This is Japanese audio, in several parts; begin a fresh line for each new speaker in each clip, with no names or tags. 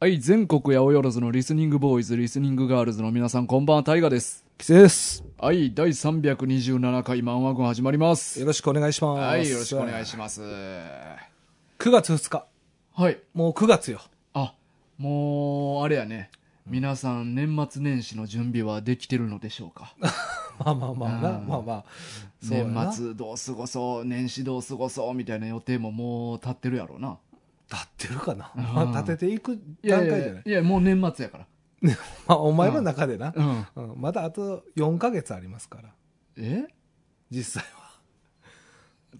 はい、全国八百万のリスニングボーイズ、リスニングガールズの皆さん、こんばんは、タイガです。
キセです。
はい、第327回マンワゴン始まります。
よろしくお願いします。
はい、よろしくお願いし
ま
ます。
す。9月2日。
はい、
もう9月よ。
あ、もう、あれやね。皆さん、年末年始の準備はできてるのでしょうか
まあまあまあな、
うん
まあまあ。そうやな
年末どう過ごそう、年始どう過ごそう、みたいな予定ももう立ってるやろうな。
立ってるかな。
うん
まあ、立てていく
いや
段
いや
階じゃない
いや、いやもう年末やから。
まあ、お前の中でな、
うん。
うんまだあと4ヶ月ありますから、
え
実際は。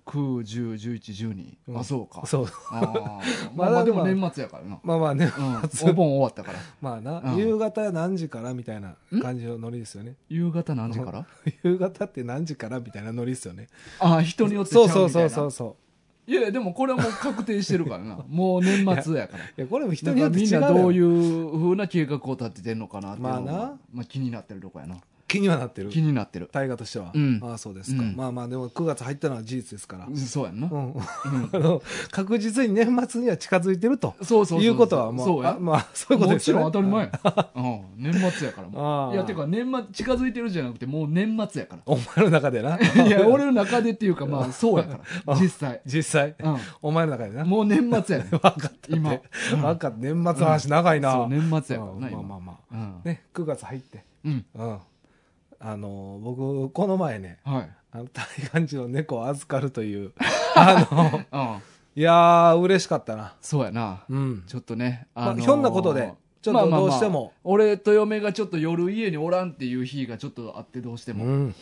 9、10、11、12。
うん
あ、そうか。
そう。
あーまあ
まだ
まあで
ま
も
あ
年末やからな。
まあまあね、
うん、お盆終わったから。
まあな、
うん
夕方何時からみたいな感じのノリですよね。
夕方何時から
夕方って何時からみたいなノリですよね。
ああ、人によってちゃ
そうう
みたい
そ
な。
うそうそうそ
いやいや、でもこれはもう確定してるからな。もう年末やから。
う。いや、これも 人
だ
に
か
よ
ら
って
みん
違う
な
やろ
どういうふうな計画を立ててんのかなっていうのが、
まあな
まあ気になってるとこやな。
気にはなってる。
気になってる。
大河としては。
うん
ああ、そうですか。
うん
まあまあ、でも9月入ったのは事実ですから。
うんそうやんな。
うん、 あの確実に年末には近づいてると
そうそうそうそう
いうことはもう
そうや
あまあそういうこと
も
です
ち
よね
ろん当たり前 や。うん、年末やからも
あ
う。
あ
いや、てか年末、近づいてるじゃなくて、もう年末やか
お前の中でな
ら。いや、俺の中でっていうか、まあそうやから。実際。
実際、
う。
お前の中でなん
もう年末やね。
分かったって
今
分かった年末の話長いな、
そう、年末やから
う
な、
んまあ
今。
まあまあ、
うん。
ね9月入って
うん。
うんあの僕この前ね
はい。
あの大漢寺の猫を預かるという あの
うん。
いやー嬉しかったな
そうやな。
うん
ちょっとね、
まあひょんなことでちょっと
まあまあまあ
どうしても
俺と嫁がちょっと夜家におらんっていう日がちょっとあってどうして
う
も、
んうん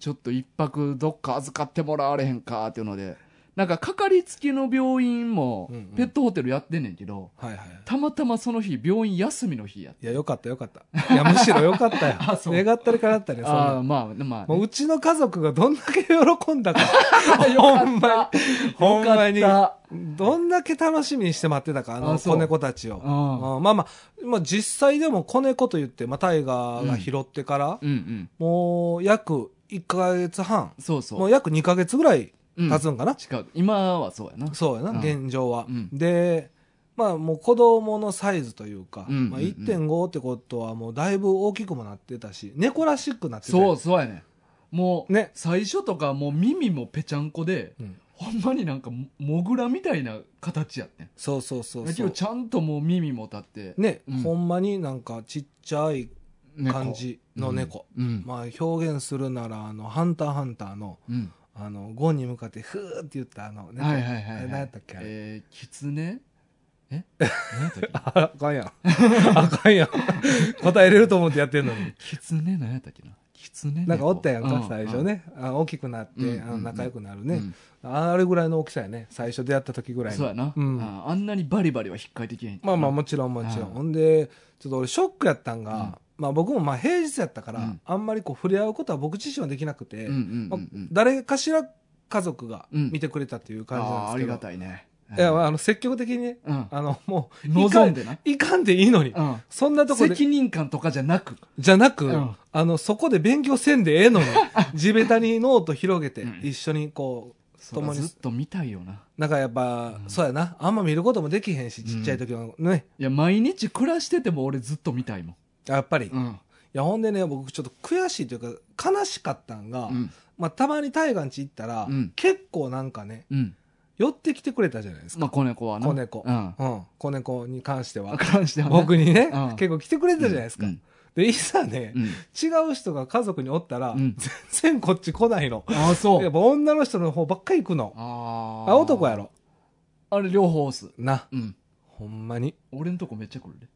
ちょっと一泊どっか預かってもらわれへんかっていうのでなんかかかりつけの病院も
うんうん
ペットホテルやってんねんけど、
はいはい
たまたまその日病院休みの日やって
いや、よかったよかった。いや、むしろよかったよ
あ。そう
願ったりかなったね、そんな
ああまあまあ、
もう
ね、
うちの家族がどんだけ喜んだか。
よか
ほん
っ
ま
た
に。ほんまに
よか。
どんだけ楽しみにして待ってたか、あ
あ
の
そう
子猫たちを。
うん
うんまあまあ、まあ実際でも子猫と言って、まあタイガーが拾ってから、
うんうん
もう約1ヶ月半、
そうそう
もう約2ヶ月ぐらい
うん
経つんかな。
近く今はそうやな
そうやな、
うん
現状は、
うん
でまあもう子供のサイズというか、
うんうんうん
まあ、1.5ってことはもうだいぶ大きくもなってたし猫らしくなってた
そうそうやねもう、
ね
最初とかもう耳もぺちゃんこで、
うん
ほんまになんかモモグラみたいな形やってん
そうそうそう
だけ
そ
ど
う
ちゃんともう耳も立って、
ね、
うん
ほんまになんかちっちゃい
猫
感じの猫、
うん、うん
まあ表現するならあの「ハンターハンターの」
うん
あのゴンに向かってフーって言ったあの猫、
はいはいはい、
あ
は
れ
い、
何やったっけあれ、
えー、キツネえ何やったっけ
ああかんや んあかんやん答えれると思ってやってんのに
キツネ何やったっけなキツネ猫
なんかおったやんか、
う
最初ね。あ大きくなって、
うん
あの仲良くなる
うん
ね、
うん
あれぐらいの大きさやね。最初出会った時ぐらい
そうや
の。
な、
うん
ああんなにバリバリは引っかいてきへん
まあまあもちろんもちろん。ほんで、ちょっと俺ショックやったんが、まあ僕もまあ平日やったから、
うん
あんまりこう触れ合うことは僕自身はできなくて、
うんうんう
まあ
んうん、
誰かしら家族が
うん
見てくれたっていう感じ
あー
なん
あ
ですけ
り
ど。
がたいね
いや、まああの積極的にね、
うん
あのもう、いか
望んでな、
いかんでいいのに。
うん、
そんなとこで、
責任感とかじゃなく、
じゃなく、
うん
あの、そこで勉強せんでえ えのに、地べたにノート広げて
うん、
一緒にこう、共
そら
に
ずっと見たいよな。
なんかやっぱ、
うん
そうやな。あんま見ることもできへんし、
ん
ちっちゃい時のね。
いや、毎日暮らしてても俺ずっと見たいもん。
やっぱり。
う
い
ん。
や、ほんでね、僕ちょっと悔しいというか、悲しかったんが、
うん。
まあ、たまに大河んち行ったら、
うん
結構なんかね、
うん。
寄ってきてくれたじゃないですか。
まあ、子猫はな。
子猫。
う
うんん。。子猫に関しては。
関してはね
僕にね、
うん
結構来てくれたじゃないですか。
うん
で、いざね、
うん。
違う人が家族におったら、
うん
全然こっち来ないの。
ああ、そ
やっ
う。
ぱ女の人の方ばっかり行くの。
あ
あ、男や
ろ。
ろ。
あれ、両方押す。
な。
うん。
ほんまに。
俺んとこめっちゃ来るで。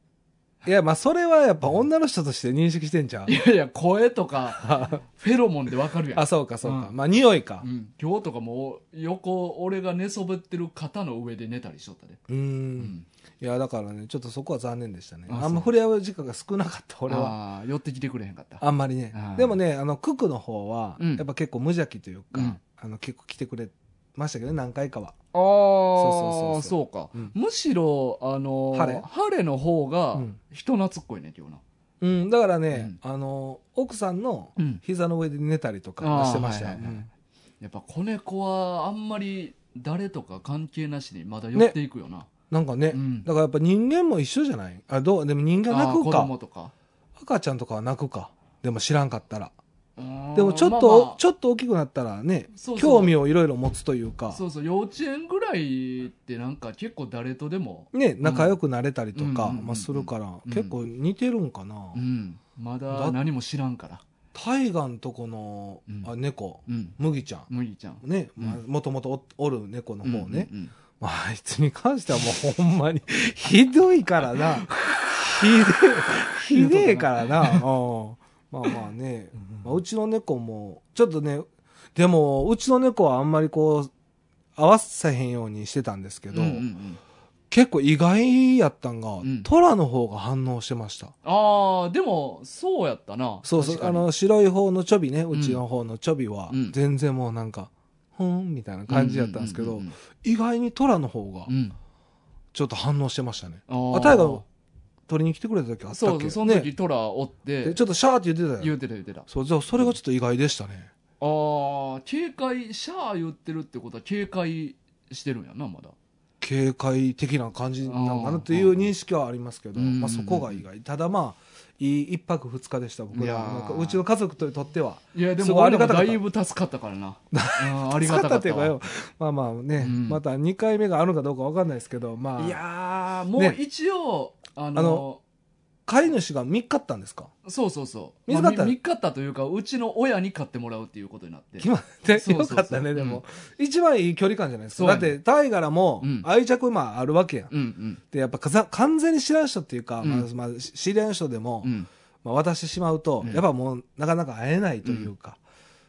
いや、まあ、それはやっぱ女の人として認識してんじゃん
い。やいや、声と か、フェロモンでわかるや
あ、
ん。
そうか、そうか。
う
まあ、匂いか
う。ん、今日とかもう横俺が寝そべってる肩の上で寝たりしとったで、
うーん。
うん
いや、だからね、ちょっとそこは残念でしたね。
あ
あ
そうん
ま触れ合う時間が少なかった、俺
あ
は。
あ寄ってきてくれへんかった
あんまりね
あー。
でもね、あの、ククの方は、
うん
やっぱ結構無邪気という
う
か
ん、
あの、結構来てくれましたけどね、何回かは。
ああ
そうそうそうそう
そうか、
うん
むしろあのー
晴れ
晴れの方が
うん
人懐っこいね今日な
うん、だからね、あの、奥さんの
うん
膝の上で寝たりとかはしてまし
あ
た
ー
よ
はいはいはい
うん
やっぱ子猫はあんまり誰とか関係なしにまだ寄っていくよな、
なんかね、
うん
だからやっぱ人間も一緒じゃないあどうでも人間
あ
泣
ー
く
子
か
供とか
赤ちゃんとかは泣くかでも知らんかったら
うーん
でもちょっと、
まあまあ
ちょっと大きくなったらね
そうそう
興味をいろいろ持つというか
そうそう幼稚園ぐらいってなんか結構誰とでも、
ね仲良くなれたりとか、
うん
まあ、するから、
うん
結構似てるんかな、
うん、まだ
だ
何も知らんから
タイガんとこの、
うん
あ猫
うん
麦ちゃん
麦ちゃん
ね、
うん
まあ、もともとおおる猫の方ね、
うんうん
まあ、あいつに関してはもうほんまに ひどいからな。 ひでえ、ひでえからな。うんまあまあね、まあ、うちの猫も、ちょっとね、でも、うちの猫はあんまりこう、合わせへんようにしてたんですけど、
うんうんうん
結構意外やったんが、
ん
トラの方が反応してました。
ああでもそうやったな
そうそう、
確か
あ
に
の、白い方のチョビね、
ん
うちの方のチョビは
うん、
全然もうなんか、ふーんみたいな感じやったんですけ
う
ど
う、
意外にトラの方が
う、ん
ちょっと反応してましたね。
うん
あ、タイガー取りに来てくれた時あったっけ
そうそうその時
ね、
トラおっ
で
て
ちょっとシャーって言ってたよ
言
ね。
うてた言うてたあ
そう、じゃあそれがちょっと意外でしたね。
あー警戒シャー言ってるってことは警戒してるんやなまだ
警戒的な感じなのかなという認識はありますけど、
うん
まあそこが意外。ただまあ、いい一泊二日でした、僕
いや
ら
ー
なんか。うちの家族ととっては。
いやですも
ごいあ
俺
り
ら
が
も
た
だ
かった
いぶ助かったからなうんありがた
使っ
か
た
っ
って
た
いう
わ
かよ。まあまあね、
うん
また二回目があるのかどうかわかんないですけど、ま
い
あ、
やーもう
ね
一応、あの
あの飼い主が3日あったんですか
そうそうそう
見つかった
まあみ見つかったというかうちの親に買ってもらうっていうことになって
決まって
そうそう
よ
そう
かったね、 でも。一番いい距離感じゃないです
そ
か。
うや
だ
ね
って、タイガラも
うん
愛着まああるわけやん。
うんうん
でやっぱかざ完全に知らん人っていうか、
うん
まあまあ、し知り合いの人でも、
うん
まあ、渡してしまうと、
うん
やっぱもうなかなか会えないというか、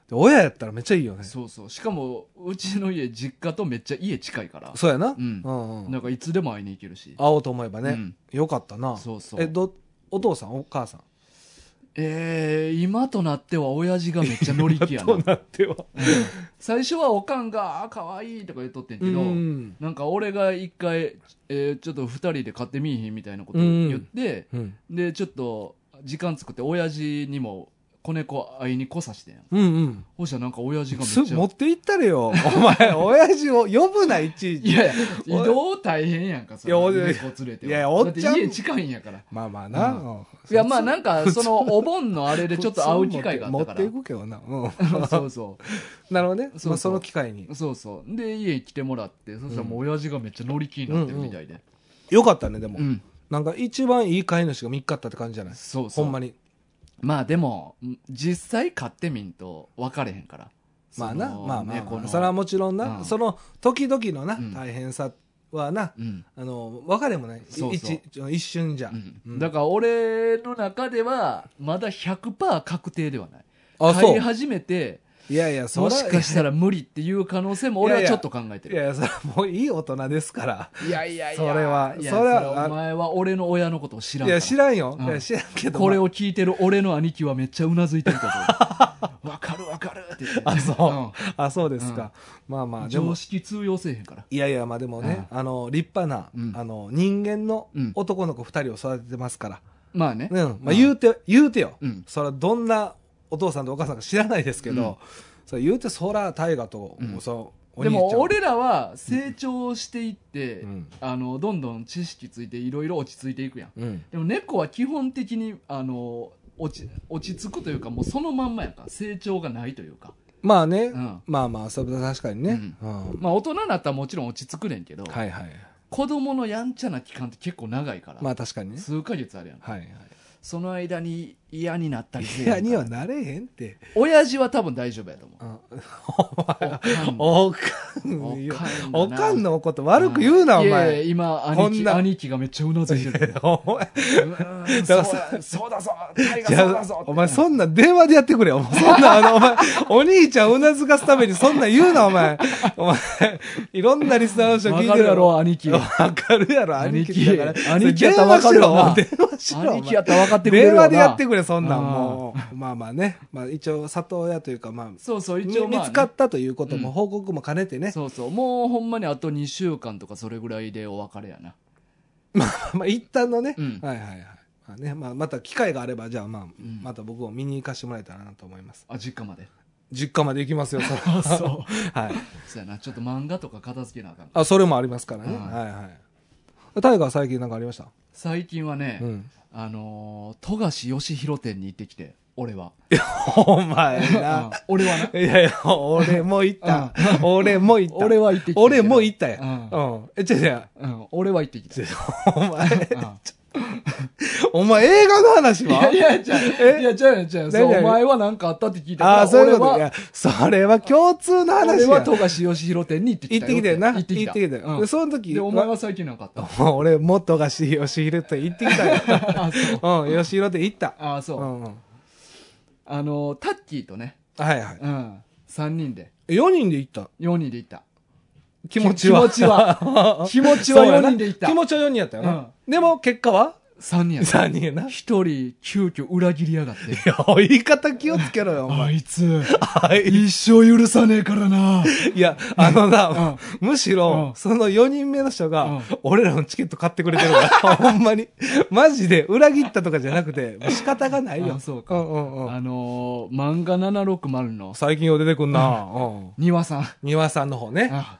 で親やったらめっちゃいいよねそ
そうそうしかもうちの家実家とめっちゃ家近いから
うやな、
う
うんんうん
なんかいつでも会いに行けるし
会おうと思えばね、
うん
よかったな
そうそう
えどお父さんお母さん
えー、今となっては親父がめっちゃ乗り 気やな
となっては
最初はおかんが「あーかわいい」とか言っとってんけ
う
ど、
ん、
なんか俺が一回、えーちょっと二人で買ってみいひんみたいなこと言って、
うん
でちょっと時間作って親父にも子猫会いに来さしてんやん
うんうん
ほしたらなんか親父がめっ
す
ち
持
ゃ
って行ったれよお前親父を呼ぶないちい
い
ち
やいや移動大変やんかそれ
いやお
猫連れてはい
やお
だ
っ
って
ちゃん
家近いんやから
まあまあな、
う
うん
いやまあなんかそのお盆のあれでちょっと会う機会があったから
持っていくけどな、うん、
そうそ
なるほどね
そう
そ
そう
まあ、その機会に
うそうそうで家に来てもらってそしたらもう親父がめっちゃ乗り気になってるみたいで
よかったねでも、
うん
なんか一番いい飼い主が3日あったって感じじゃない
そうそ
ほ
うん
まに
まあでもうん実際買ってみんと分かれへんから
まあな
その
まあまあ、
猫
ま
の
あ、それはもちろんな、
うん
その時々のな、
うん
大変さはな
うん
あの別れもないい
そうそう
一一瞬じゃ、
う
うんん
だから俺の中ではまだ100%確定ではない
あ
買
そ
いう始めて
いやいやそ
も
ら
しかしたら無理っていう可能性も俺はちょっと考えて
い
る
やいやそれはもういい大人ですから
いやいやいや
それはい
や
それは
お前は俺の親のことを知らん
い
から
や知らんよ、
うん
いや知らんけど
これ
を
を聞いてる俺の兄貴はめっちゃうなずいてると 思うわかるわかるって言って
あそう、あそうですか、まあま
うん
あで
常
も
識通用せえへんから
いやいやまあでもね、あの立派な、
うん
あの人間の
うん
男の子2人を育ててますから、
まあね
うんまあ、言うて、言うてよ、
うん
そらどんなお父さんとお母さんか知らないですけど、それ言うてそら大河と、
うん
そうお
で
兄ちゃん
も俺らは成長していって、
うん
あのどんどん知識ついていろいろ落ち着いていくやん
うん
でも猫は基本的にあの落ち落ち着くというかもうそのまんまやんか成長がないというか
まあね、
ん
まあまあそれは確かにね、うん
まあ大人になったらもちろん落ち着くねんけど、
はいはい
子供のやんちゃな期間って結構長いから、
まあ確かにね
数ヶ月あるやん
はいはい
その間に嫌になったりせえ
い
へんか
やにはなれへんって、
親父は多分大丈夫やと思う
うん、
お
おかんよ
おかんが
お
な
かんのこと 悪く言うな、
いや
お
いや
前
今
こ
兄貴
んな
兄貴がめっちゃうなずいてる
お前
うんうんそう
ら
だそうだぞタイガ
い
ーそうだ
や
ぞ
お前そんな電話でやってくれよ。そんな、あの、お前、お兄ちゃんうなずかすためにそんな言うな、お前。お前、いろんなリスナーの人聞
わ
い
かる
てる
や
や
ろ
ろ。
兄貴
わかるやろ、
兄
兄
貴
貴だから。
兄貴やったらわ
電
か
話
る
し
よな
ろ、電話しろ。
兄貴やったら分かっ
お
てくれ
前
るよ
電
な
話でやってくれ、そんなん
あー
もう。まあまあね。まあ一応、里親というか、まあ、
そうそう
見
一応まあね、
つかったということ
うん
も報告も兼ねてね。
そうそうもうほんまにあと2週間とかそれぐらいでお別れやな
まあ一旦のね
うん。
はいはいはい。まあね、まあまた機会があれば、じゃあまあ
ん、
また僕も見に行かしてもらえたらなと思います。
あ実家まで
実家まで行きますよ、それ は はい。
そうやなちょっと漫画とか片付けなあかん
あ、それもありますからね。
うん
はいはい。タイガー最近なんかありました
最近はね、
うん。
あのー、富樫義弘店に行ってきて、俺は。
お前
うん
な。
俺は な。
いやいや、俺も行った。俺も行った。
俺は行ってきた。
俺も行ったや
うん
ん。うん。え、違う違う。
うん、俺は行ってきた。
お前、
う
お前映画の話
んいや
はい
や、じゃあ、
え
いや、じゃあ、じゃあ、そう
何々
お前は何かあったって聞いたから
ああ、そういうこと。い
俺は
や、それは共通の話
俺
や
は。富樫義弘店に行ってき
行
た
っ
よ。
てきたよな。
行ってきた。うん
で、その時、
で、お前は最近なんかあった
まあ俺、元がし、吉弘って行ってき たよ。
あ、そう。
うん、吉弘って行った。
あ、
う
そう。
ん。うん
あのー、タッキーとね、
はいは
うん、3人で、
い。4人で行った。
4人で行った。
気持ちは。
気持ちは気持ちは
そうや
4
な
人で行った
気持ちは4人やったよな。でも、結果は
3人やった。
?3 人やな。い
一人、急遽裏切りやがって。
や、言い方気をつけろ よ、お前。
あいつ、
はい。
一生許さねえからな。
いや、あのな、むしろ
う、ん
その4人目の人
うん
が、俺らのチケット買ってくれてるから、ほんまに。マジで、裏切ったとかじゃなくて、もう仕方がないよ。
あそう
か。うんうんうん。
あのー、漫画760の、
最近よう出てくんな。うん。
庭さん。
庭さんの方ね。
あ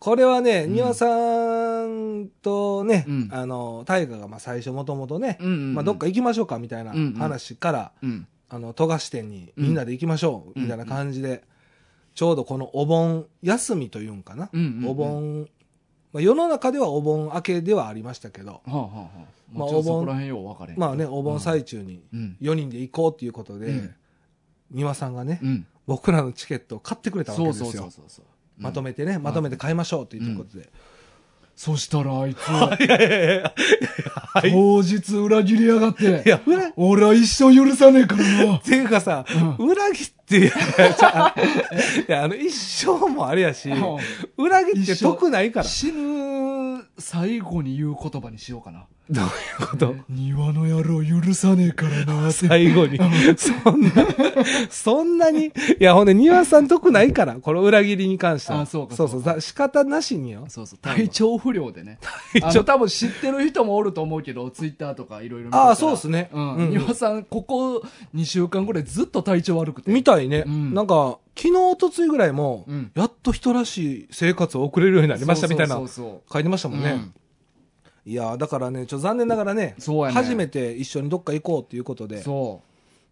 これはね、庭さんとね、
うん
あの、大河がまあ最初もともとね、
うんうんうん
まあどっか行きましょうかみたいな
うんうん
話から、
うん。
あの、富樫店にみんなで行きましょう、みたいな感じで、ちょうどこのお盆休みというんかな。
うんうんうん
お盆、まあ世の中ではお盆明けではありましたけど、
はあはあはあ。
ま
も
あ
ちろ
お
ん
盆
そこら辺よう分かれへんけど
まあね、お盆最中に
うん。
4人で行こうっていうことで、
うん
庭さんがね、
うん。
僕らのチケットを買ってくれたわけ
そ
で
う
すよ。
そうそうそうそう。うん
まとめてね、まとめて買いましょうっていうことで。
そしたらあ いつ、
いやいやいやいやはい
当日裏切りやがっ
い
て、
や、裏、っ
俺は一生許さねえからな。
ていうかさ、裏切って、いやじ ゃあいや、あの、一生もあれやし、
う
裏切っ
一
て
生
得ないから。
死ぬ最後に言う言葉にしようかな。
どういうこと
庭の野郎許さねえからなって。
最後に。そんな、そんなに。いや、ほんで、庭さん得ないから、この裏切りに関しては。
あそうか
そうそ
そう
う
か
だ仕方なしによ。
そうそう、体調不良でね。
体
あ
調
の多分知ってる人もおると思うけど、ツイッターとかいろいろ見てたら
ああ、そうですね。
う
うん
ん。庭さん、ここ2週間ぐらいずっと体調悪くて。
みたいね。
うん
なんか、昨日、おとついぐらいも、
うん
やっと人らしい生活を送れるようになりましたみたいな
そ、うそう
書いてました
そう
も
そうん
ね。
うん
いやーだからね、ちょっと残念ながらね、
そうやね
初めて一緒にどっか行こうということで、
そ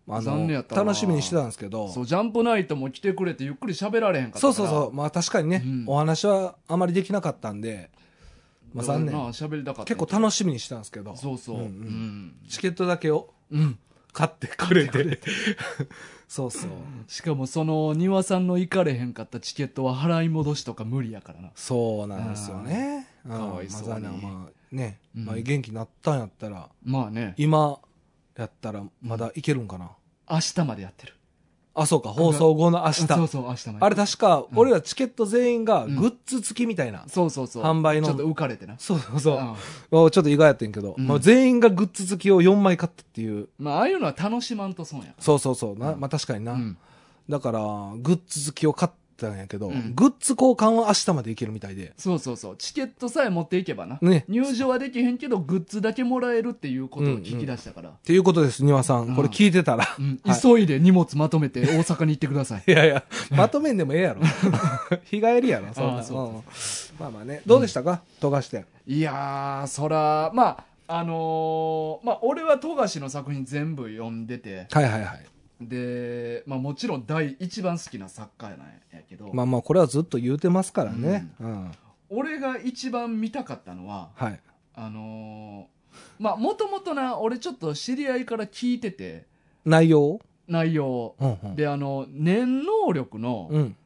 あ
残
の
念やったな
楽しみにしてたんですけど、
う。
そ
そうう、ジャンプナイトも来てくれてゆっくり喋られへんかったか
そ
ら。
うそう、まあ確かにね、
うん
お話はあまりできなかったんで、まあ残
な
念。
喋りたかった。
結構楽しみにしてたんですけど、
そうそう。
う
うん
うん
ん。
チケットだけを
うん。
買ってくれて、 そうそう、
しかもその、庭さんの行かれへんかったチケットは払い戻しとか無理やからな。
そうなんですよね。うん
かわいそうに
まあ残念まあね、
うん
まあ元気になったんやったら、
まあね、
今やったらまだいけるんかな。
明日までやってる。
あ、そうか、放送後の明日。
そうそう、明日まで。
あれ確か、俺らチケット全員がグッズ付きみたいな。
そうそうそう。
販売の
ちょっと浮かれてな。
そうそうそう。
うん
おちょっと意外やってんけど、
うん
まあ、全員がグッズ付きを4枚買ったっていう。
まあ、ああいうのは楽しまんと損やか
そうそうそう。な
うん
まあ確かにな。
ら。うん。
だから、グッズ付きを買ったんやけど、
うん
グッズ交換は明日までいけるみたいで。
そうそうそう。チケットさえ持っていけばな。
ね
入場はできへんけど、グッズだけもらえるっていうことを聞き出したから。
っていうことです、庭さん。これ聞いてたら。
うん
はい。
急いで荷物まとめて 大阪に行ってください
いやいや、まとめんでもええ やろ。日帰りやろ、そん
あ
な。
あそうか
んまあまあね。どうでしたか富樫店。
いやー、そら、まあ、あのーまあ、俺は富樫の作品全部読んでて、
はいはいはい。
で、まあ、もちろん第一番好きな作家なんやけど、
まあまあ、これはずっと言うてますからね。うん。
俺が一番見たかったのは、
はい。
あのーまあ、もともとな、俺ちょっと知り合いから聞いてて、
内容
内容。
うんうん。
で、あの、念能力の、
うん。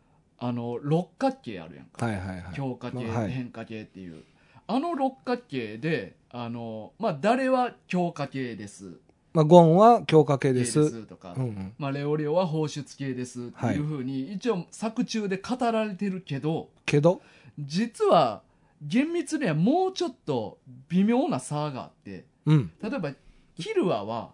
あの、六角形あるやんか。
はいはいはい。
強化系、
まあはい
変化系っていう。あの六角形で、あの、まあ、誰は強化系です。
まあ、ゴンは強化系です。
系ですとか、
うんうん。
まあ、レオレオは放出系ですっていうふうに、一応作中で語られてるけど、
けど、
実は、厳密にはもうちょっと微妙な差があって、
うん。
例えば、キルアは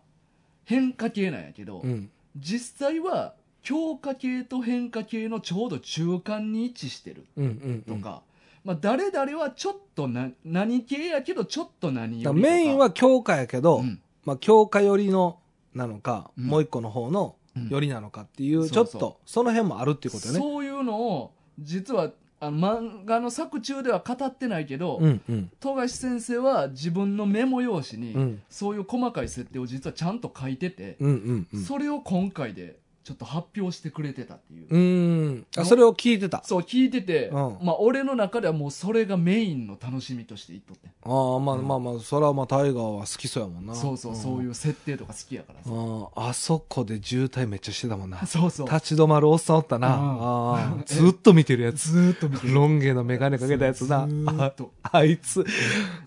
変化系なんやけど、
うん。
実際は強化系と変化系のちょうど中間に位置してる
うんうんう
と
ん。
か、まあ誰々はちょっとな何系やけどちょっと何
だ
よ
から
りとか
メインは強化やけど、
うん
まあ、強化寄りのなのか、
うん
もう一個の方の
うん
寄りなのかっていう、
うん
ちょっと
そう
その辺もあるっていうことよね
そういうのを実はあの漫画の作中では語ってないけど、
うんうん
富樫先生は自分のメモ用紙に、
うん
そういう細かい設定を実はちゃんと書いてて、
うんうんうん
それを今回でちょっと発表してくれてたっていう、
うんあそれを聞いてた
そう聞いてて、
うん
まあ、俺の中ではもうそれがメインの楽しみとして言っとって
ああまあ
うん
まあまあそれはまあタイガーは好きそうやもんな
そうそうそういうう設定とか好きやからさ、
んあああそこで渋滞めっちゃしてたもんな
そうそう
立ち止まるおっさんおったな
うん
ああ
え
ずっと見てるやつ
ずーっと見てる
ロン毛の眼鏡かけたやつな
ずー
あ
っと
あいつ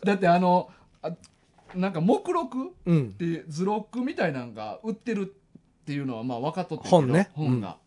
だってあのあなんか目録
うん
で図録みたいなんが売ってるっていうのはまあ分かっとって
本ね
本が、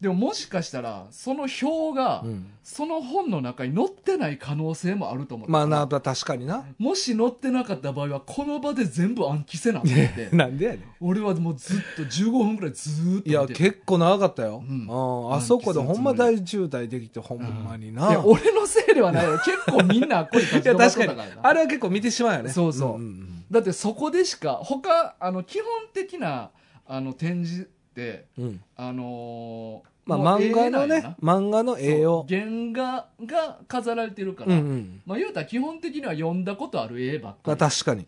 でももしかしたらその表が、
うん
その本の中に載ってない可能性もあると思う
まあな確かにな
もし載ってなかった場合はこの場で全部暗記せなって言っ て
なんでやねん
俺はもうずっと15分ぐらいずーっと
い
見
や
て
結構長かったよ
うん
あああそこでほんま大渋滞できてほんまにない
や俺のせいではないよ結構みんな声立
い
ち
や
止まっ
確
とった
かに
からな
あれは結構見てしまうよね
そうそうん
ん
だってそこでしか他あの基本的なあの展示って
うんうん
あのー
まあ
もう
漫画の
絵なんや
ね漫画の
な
絵を
そう原画が飾られてるか
う
ら、
んうん
まあ言うたら基本的には読んだことある絵ばっ
ま
か
あ
り
確かに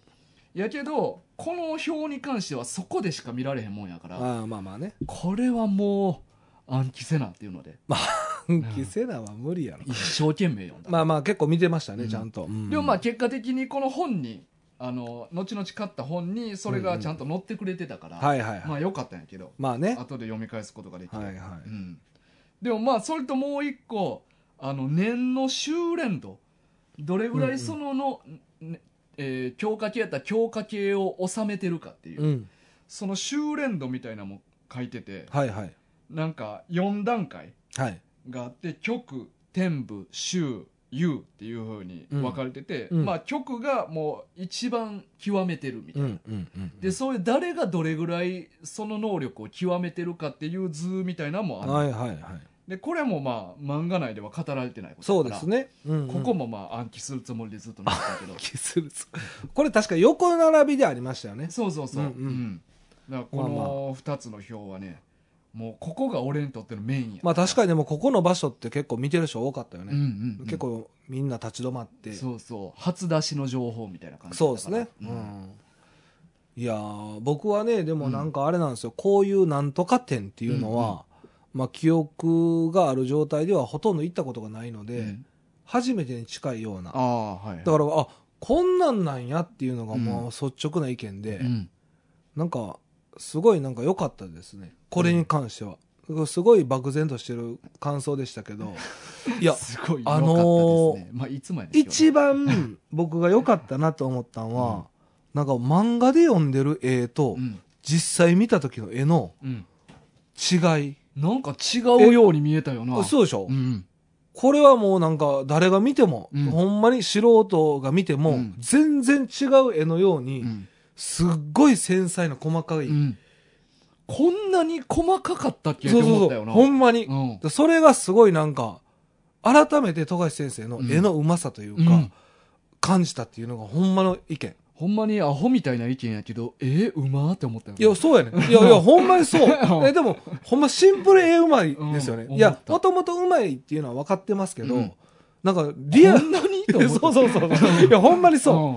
やけどこの表に関してはそこでしか見られへんもんやから
ああまあまあね
これはもう暗記せなっていうので
うんキセナは無理やろ
一生懸命読んだ、
まあまあ結構見てました
う
ね
ん
ちゃんと
でもまあ
結
結果的にこの本にあの後々買った本にそれがちゃんと載ってくれてたから、
構はいはい
ま
はい
あ良かったんやけど
まあね
後で読み返すことができて、
はいは
う
い
ん、でもまあそれともう一個あの年の修練度どれぐらいそのの、ねえー強化系やったら強化系を収めてるかっていう、
うん
その修練度みたいなのも書いてて
はいはい
なんか4段階
はい
があって局天部州優っていうふうに分かれてて、
うんうん
まあ局がもう一番極めてるみたいな、
うんうんうん
でそういう誰がどれぐらいその能力を極めてるかっていう図みたいなのもある、
はいはいはい
でこれもまあ漫画内では語られてないこと
そう
だ
で
から
すねうんうん
ここもまあ暗記するつもりでずっと見てたけど
気するぞこれ確か横並びでありましたよね
そうそうそう、う
うんんうん
だからこの2つの表はねもうここが俺にとってのメインや
まあ確かにでもここの場所って結構見てる人多かったよ
うん
ね、
うんうん
結構みんな立ち止まってそう
そうそう初出しの情報みたいな感じ
ですね、
う
うんんいやー僕はねでもなんかあれなんですよ、こういうなんとか展っていうのは、まあ、記憶がある状態ではほとんど行ったことがないので、
うん
初めてに近いような
ああはいはい
だからあこんなんなんやっていうのが
うん
もう率直な意見で、
うん
なんかすごいなんか良かったですねこれに関しては、すごい漠然としてる感想でした けどいや
すごい良か
あ
ったですね、
のー
まあいつもやねんけどね
一番僕が良かったなと思ったのは、なんか漫画で読んでる絵と
うん
実際見た時の絵の
うん
違い、
なんか違うように見えたよな
そうでしょ、
うん
これはもうなんか誰が見ても、
うん
ほんまに素人が見ても、
うん
全然違う絵のように、
うん
すっごい繊細な細かい、
うんこんなに細かかったっけって
そう
思っ
そう
た
そ
よ
う
な
ほんまに、
うん
でそれがすごいなんか改めて富樫先生の絵のうまさというか、
うん
感じたっていうのがほんまの意見
ほんまにアホみたいな意見やけどえー、うまーって思ったよ
いや、そうやね。いやい や、ほんまにそう
うん。
え、でも、ほんまシンプル絵うまいですよね。
うん
いや
思っ、た
もともとうまいっていうのは分かってますけど、
うん
なんか、リア
こん
ル。
なにと
そう
思った
そうそうそう。いや、ほんまにそう。
うん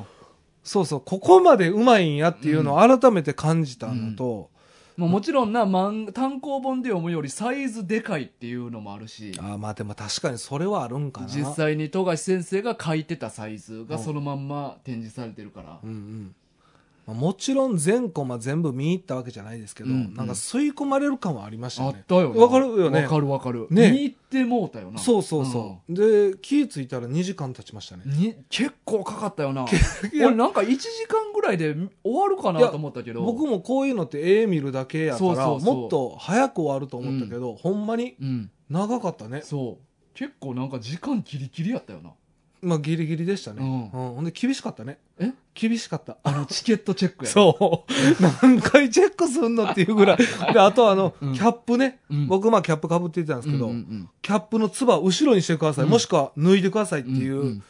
そうそう。ここまでうまいんやっていうのを改めて感じたのと、
まあ、もちろんな漫単行本で読むよりサイズでかいっていうのもあるし
ああ、まあでも確かにそれはあるんかな。
実。際に富樫先生が書いてたサイズが
うん
そのまんま展示されてるから
うんうん。まあもちろん全コマ全部見入ったわけじゃないですけど、
うんうん
なんか吸い込まれる感はありました
あ
よ
っ
ね。
たよな
わかるよね
わかるわかる
ね
見入ってもうたよな
そうそうそう。で、気ぃついたら2時間経ちましたね
うん、。に結構かかったよな
いや
俺なんか1時間ぐらいで終わるかなと思ったけど
僕もこういうのって絵見るだけやから
そうそうそう
もっと早く終わると思ったけど、ほんまに
うん
長かったね、
そう結構なんか時間ギリギリやったよな
まあ、ギリギリでしたね、
う
うんほんで厳しかったね
え
厳しかった
あのチケットチェックや
そう 何回チェックすんのっていうぐ らいであとあの、
うん
キャップね、
うん
僕まあキャップかぶっていたんですけど、
うんうん
キャップのつば後ろにしてください、
うん
もしくは脱いでくださいって
うん
いう、
んん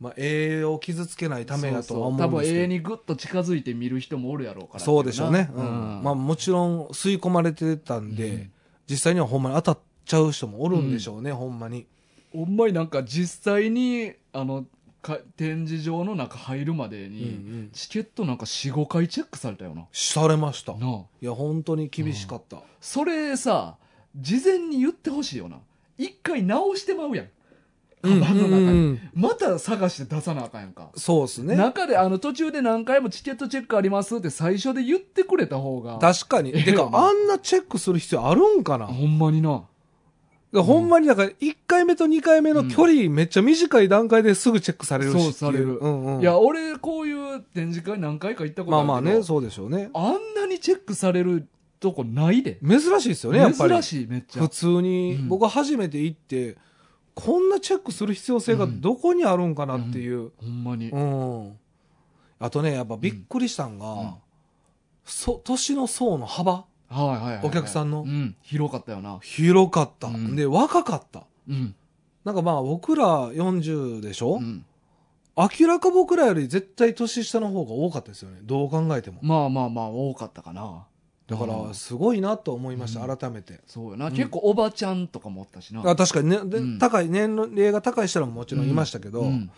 まあ、絵を傷つけないためやとは思
そう
うん
そう多分
です
永
け
遠
ど
にグッと近づいて見る人もおるやろうから
そうでしょうね、
う、
うんんまあ、もちろん吸い込まれてたんで、
うん
実際にはほんまに当たっちゃう人もおるんでしょうね、ほんまに。
ほんまになんか実際にあのか展示場の中入るまでに、
うん
チケットなんか45回チェックされたよな
されましたい
なあ
や本当に厳しかった、
それさ事前に言ってほしいよな一回直してまうやんカバンの中に、
うん
また探して出さなあかんやんか、
そうですね
中であの途中で何回もチケットチェックありますって最初で言ってくれた方が
確かに。
ええ
てか、あんなチェックする必要あるんかな、
ほんまにな
ほんまに、だから、1回目と2回目の距離、めっちゃ短い段階ですぐチェックされるしってい
そうされる
うんうん。
いや、俺、こういう展示会何回か行ったこと
ま
あ
あ
るけど、
まあね、そうでしょうね。
あんなにチェックされるとこないで。
珍しいですよね、やっぱり。
珍しい、めっちゃ
普。通に、
うん
僕初めて行って、こんなチェックする必要性がどこにあるんかなっていう。
ほんまに。
う。
うん
あとね、やっぱびっくりしたんが、
ん
そ年の層の幅、
はいはいはいはい。
お客さんの
うん。広かったよな。
広かった。
うん
で、若かった。
うん。
なんかまあ、僕ら40でしょ、
うん
明らか僕らより絶対年下の方が多かったですよねどう考えても
まあまあまあ、多かったかな。
だか
う
ら
ん
すごいなと思いました、
うん
改めて
そうよな。
うん
結構、おばちゃんとかもおったしな。
あ確かに、ねで
うん
高い年齢が高い人らももちろんいましたけど、
うん。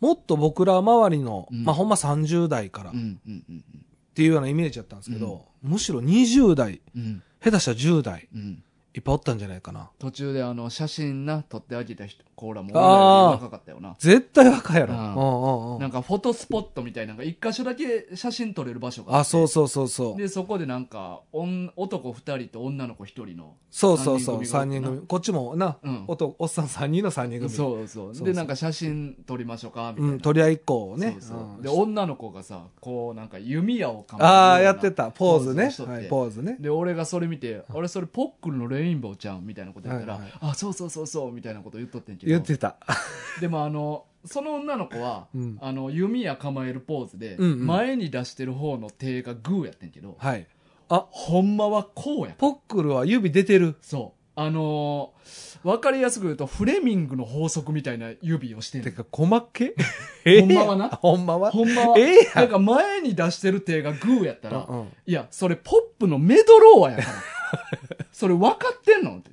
もっと僕ら周りの、
うん
まあ、ほんま30代からっ
うん。うん。うん。
ていうようなイメージだったんですけど、むしろ20代
うん。
下手したら10代
うん。
いっぱいおったんじゃないかな
途中で、あの、写真な、撮ってあげた人、コーラも、
あー
若かったよな。
絶対若いやろ、
うん
うんうんうん
なんか、フォトスポットみたいな、なんか、一箇所だけ写真撮れる場所が
あ
って
そうそうそうそう
でそこでなんかおん男2人と女の子1人の、
そうそうそう3
3人組
人
が
組こっちもな、
うん
おとおっさん3人の3人組
そうそう
そうそう
でなんか写真撮りましょうかみたいな、
うん、取り合いっ子をね
そうそう
うん
で女の子がさこうなんか弓矢を構えるような
ああ、やってた。ポーズね
し。とって
はい、ポーズね。
で俺がそれ見て「あれそれポックルのレインボーちゃん」みたいなこと言ったら「
はいはい
あそうそうそうそう」みたいなこと言っとってんけど
言ってた。
でもあのその女の子は、
うん
あの弓矢構えるポーズで、
うんうん
前に出してる方の手がグーやってんけど、
はい。
ほんまはこうや
ポックルは指出てる。
そう。あのー、わかりやすく言うと、フレミングの法則みたいな指をしてん
て
ねん
か、細け
ほんまはな
ほんまは
ほんまは、
ええやん
なんか前に出してる手がグーやったら、
うんうん
いや、それポップのメドローアやから。それ分かってんのって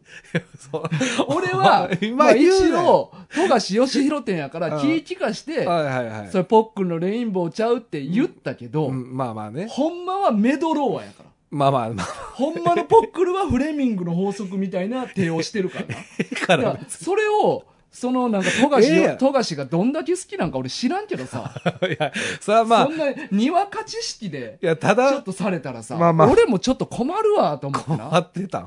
そう
俺は、
今
まあ一
言 うなよ
応、富樫義弘店やから気ぃ利かして、
はいはいはい。
それポックのレインボーちゃうって言ったけど、
うんまあまあね。
ほんまはメドローアやから。
まあまあ、まあ、
ほんまのポックルはフレミングの法則みたいな手をしてる からな。
ええか
い
ら
や。それをそのなんか富樫
ええや
よ
ん
富樫がどんだけ好きなんか俺知らんけどさ、
いや、それは まあ、
そ
い
んなにわか知識で
や、た
ちょっ
だ、
とされたらさ、
まあまあ
俺もちょっと困るわと思って
困
な、
ってたん。
う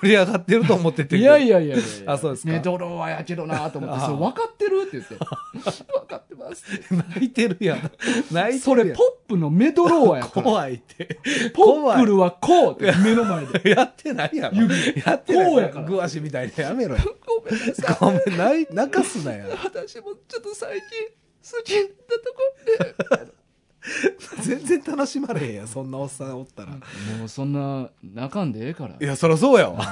盛り上がってると思ってて。
ん、いやいやいやいや
あそうですか
ねドローはやけどなと思って
ああ
それ分かってるって 言って分かってますって
泣いてるやん。泣いて
そ
る
れ
やん。
ポップのメドローアやから
怖いって。
ポップルはこうって目の前 で
やってないやろ。
指
やってない。
こうやから
グワシみたいなやめろや。
ごめんなさい
ごめん、ない泣かすなや。
私もちょっと最近好きなとこ
全然楽しまれへんやそんなおっさんおったら、い
もうそんな泣かんでええから
やそりゃそうやわ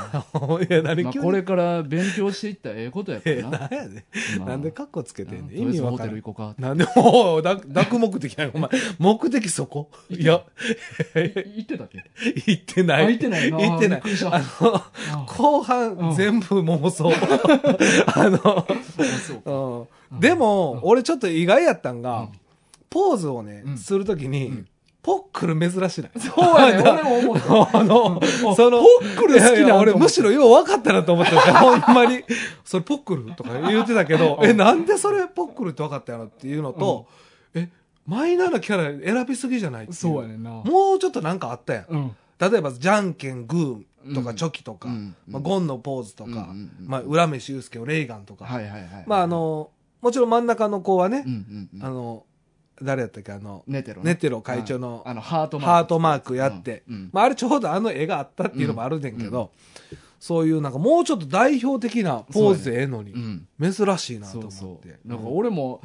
いや何
まあ、
急に
これから勉強していったらええことやから
え
な。
何やねん
まあ
なんでカッコつけてん
うん
ね
と
ん
りあえ
意味
ず
わ
ホ
か
テル
る
行 こうか
なんでおお抱抱目的やんお前目的そこいや
って。い行ってた っけ
言ってな
あ
い
行ってないな
言ってな
び
い
っくりした
あの
あ
後
う
半
ん
全部妄想 あ
そうそう
のう
うんん
でも俺ちょっと意外やったん
う
が
ん
ポーズをね
うん
するとき
う
に
ん
ポックル珍しない
そうやね俺も思う。
あの、その、
ポックル好きなん
いやいや俺
と思って
むしろよう分かったなと思ってた。ほんまに。それポックルとか言ってたけど、え、なんでそれポックルって分かったやろっていうのと、え、マイナーなキャラ選びすぎじゃないってい
そうやねんな。
もうちょっとなんかあったやん。
うん。
例えば、じゃんけん、グーと
う
か、
ん
チョキとか、
うん
まあ、ゴンのポーズとか、
うんうんうん
まあ、浦飯祐介をレイガンとか、
はいはいはい。
まあ、あ、の、もちろん真ん中の子はね
う、んうんう
あ
ん。
の、誰やったっけ、あの、
ネテロね。
ネテロ会長の
あの、ハート
ハートマークやって、
うんうん
まあ、あれちょうどあの絵があったっていうのもあるねんけど、そういうなんかもうちょっと代表的なポーズでええのに、
うん。
珍しいなと
そ
思
う
って
そう。なんか俺も、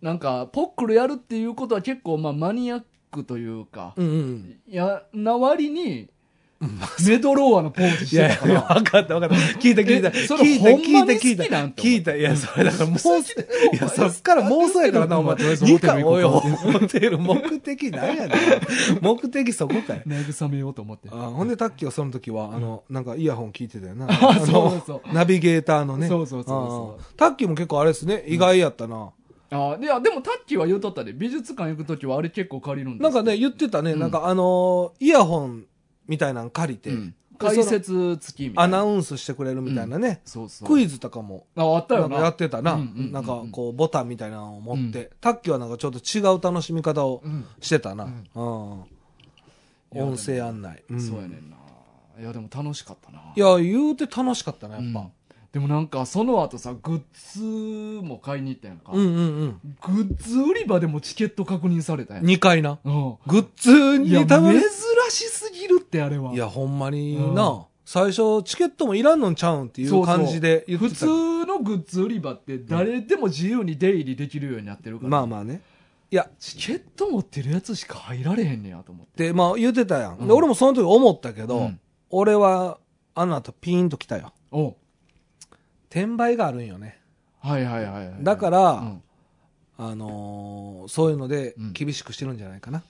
なんか、ポックルやるっていうことは結構、まあ、マニアックというか、
うんうん
や、な割に、
う
メドローアのポーズし
いや
て
い
た
や、
から
分かった分かった。聞いた聞いた。
えそれ
聞いた
ほんまに
聞いた
好きなんて
聞いた。いや、それだから妄想、いや、そっから妄想やからな、お前。
とりあえずホテル行こう
二回おいおいホテル、目的なんやねん。目的そこかい。
慰めようと思って
あ。ほんで、タッキーはその時は、あの、なんかイヤホン聞いてたよ な。
あ
の
そうそう
ナビゲーターのね。
そうそうそうそう
あタッキーも結構あれですね、意外やったな。
あででもタッキーは言うとったで、美術館行くときはあれ結構借りるんです
なんかね、言ってたね、なんかあのー、イヤホンみたいなの借りて
う、ん解説付きみた
ア
い
ナ
な。
ウンスしてくれるみたいなね。
そうそう。
クイズとかも
あ、あった
な
よ
ん
な。
かやってたな、
うんうんうんうん
なんかこうボタンみたいなのを持って、
う
タッキーはなんかちょっと違う楽しみ方を
うん
してたな、う
うんんいや
音声案内、ん
そうやねんな。いや、でも楽しかったな。
いや言うて楽しかったなや
う
っ
ん
ぱ、
でもなんか、その後さ、グッズも買いに行ったやんか。
うん、うんうん
グッズ売り場でもチケット確認されたやん。
2回な
うん
グッズ
いや、
にたま
珍
に
しすぎるって、あれは。
いやほんまにな、
うん
最初チケットもいらんのんちゃうんってい
そううそう
感じで言って
普
た
通のグッズ売り場って誰でも自由に出入りできるようになってるから、
まあまあねいや
チケット持ってるやつしか入られへんねやと思って、
でまあ言ってたやん、
うん
で俺もその時思ったけど、
うん
俺はあの後ピーンと来たよ
おう
転売があるんよね
はいはいはい、はい、
だから、
うん
あのーそういうので
うん
厳しくしてるんじゃないかな、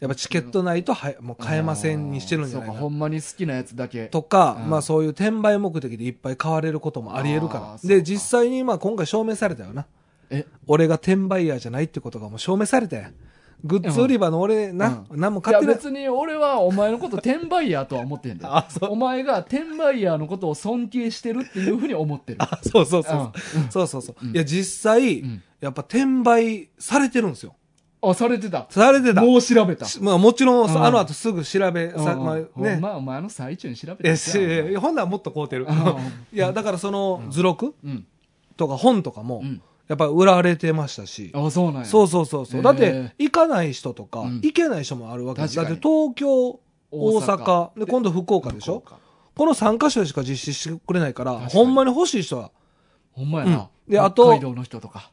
やっぱチケットないとはもう買えませんにしてるんじゃない
そ
か
う
な
かほんまに好きなやつだけ
とか、
うん
まあ、そういう転売目的でいっぱい買われることもありえるか
あー
ら
そうか
で実際にまあ今回証明されたよな
え
俺が転売ヤーじゃないってことがもう証明されたやんグッズ売り場の俺な、何も
い
買っ
や
てない
別に俺はお前のこと転売ヤーとは思ってへんで
あそう
お前が転売ヤーのことを尊敬してるっていうふうに思ってる
あそうそうそう、そうそうそう、
うん
いや実際、
うん
やっぱ転売されてるんですよ
あされてた
されてた
もう調べた
しまあ、もちろん、
うん
あの後すぐ調べ、さ
うん
まあ、
ほん
ね
まお前の最中に調べ
い
て
や
た
しいやほんならもっと買うてる
う
いや、だからその図録
うん
とか本とかも
う、ん
やっぱり売られてましたし、
あそうなんや
そうそうそうそ
へ
う。
ー
だって、行かない人とか
うん、
行けない人もあるわけです。だっ
確
て
かに
東京、大
大阪
阪、で、今度福岡でし
そう
ょ
か
この3カ所でしか実施してくれないから、
確かに
ほんまに欲しい人は、
ほんまやな。
うんであと
北海道の人とか。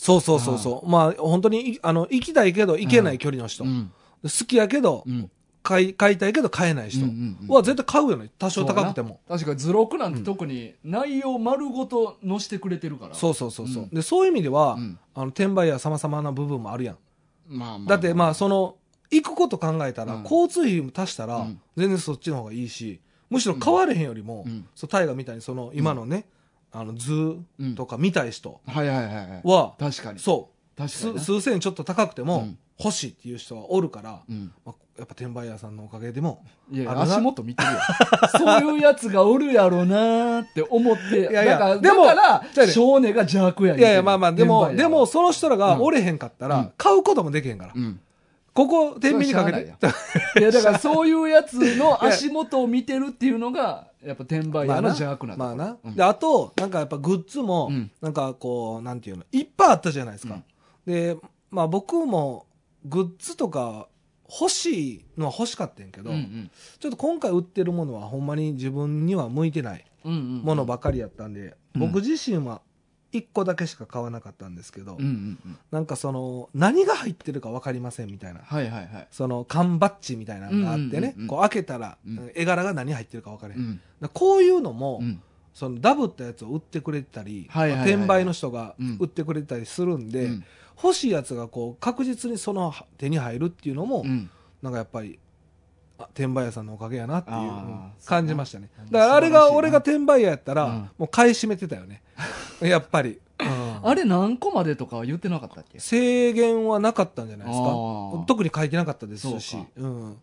そうそうそうそう。まあ、本当にい、あの、行きたいけど行けない距離の人。
ん。
好きやけど
う、ん。
買い、買いたいけど買えない人
うんうんうん
は絶対買うよね。多少高くても。
そうやな。確かに図録なんて特に内容丸ごと載してくれてるから。。。
そううそうそうそううんで、そういう意味では
うん、
あの、転売屋様々な部分もあるやん。
まあまあ。
だってまあその行くこと考えたら、
うん
交通費も足したら
うん
全然そっちの方がいいしむしろ買われへんよりも、
うん
そう大河みたいにその今のね、あの図とか見たい人
はいはいはいはい。
は、
確かに。
そ
確
う
かに
数
な。
数千円ちょっと高くて
う
も
ん
欲しいっていう人はおるから、
うん。
まあ、やっぱ転売屋さんのおかげでも
いやい
あ
や、
のな
足元見てるよ。 そういうやつがおるやろなーって思って。
いやいや
だから
でも
だか
じゃあ
ら、
ね
少年が邪悪や
いやいやまあまあでも
転売
で
ヤー
も、その人らが
うん
おれへんかったら、
うん
買うこともできへんから、
うん。
ここ天秤にか
そ
けて
れはしいや、だ からそういうやつの足元を見てるっていうのが、やっぱ転売
ま
屋
あ
の
な
邪 悪なとこ
まあな、
うん
であとなんかやっぱグッズも、
うん
なんかこうなんていうのいっぱいあったじゃないですか、でまあ僕もグッズとか欲しいのは欲しかったんやけど、
うんうん
ちょっと今回売ってるものはほんまに自分には向いてない
うんうん。
ものばかりやったんで、
うん
僕自身は1個だけしか買わなかったんですけ
う
ど、
んうんうん。
なんかその何が入ってるか分かりませんみたいな
はいはいはい。
その缶バッジみたいなのがあっ
う
てね、
んうんうんうん
こう開けたら、
うん
絵柄が何入ってるか分かれへん、
うん
だからこういうのも、
うん
そのダブったやつを売ってくれてたり、
はいはいはいはい
転売の人が
うん
売ってくれてたりするんで、
うん
欲しいやつがこう確実にその手に入るっていうのも、
うん
なんかやっぱりあ転売屋さんのおかげやなっていう
あ
う
ー
ん感じましたね
そうね
だからあれ
素晴らしい
が
な
俺が転売屋やったら、
うん
もう買い占めてたよ ねやっぱり、
あれ何個までとかは言ってなかったっけ
制限はなかったんじゃないです
あ
か
ー
特に書いてなかったですし
そうか
うん、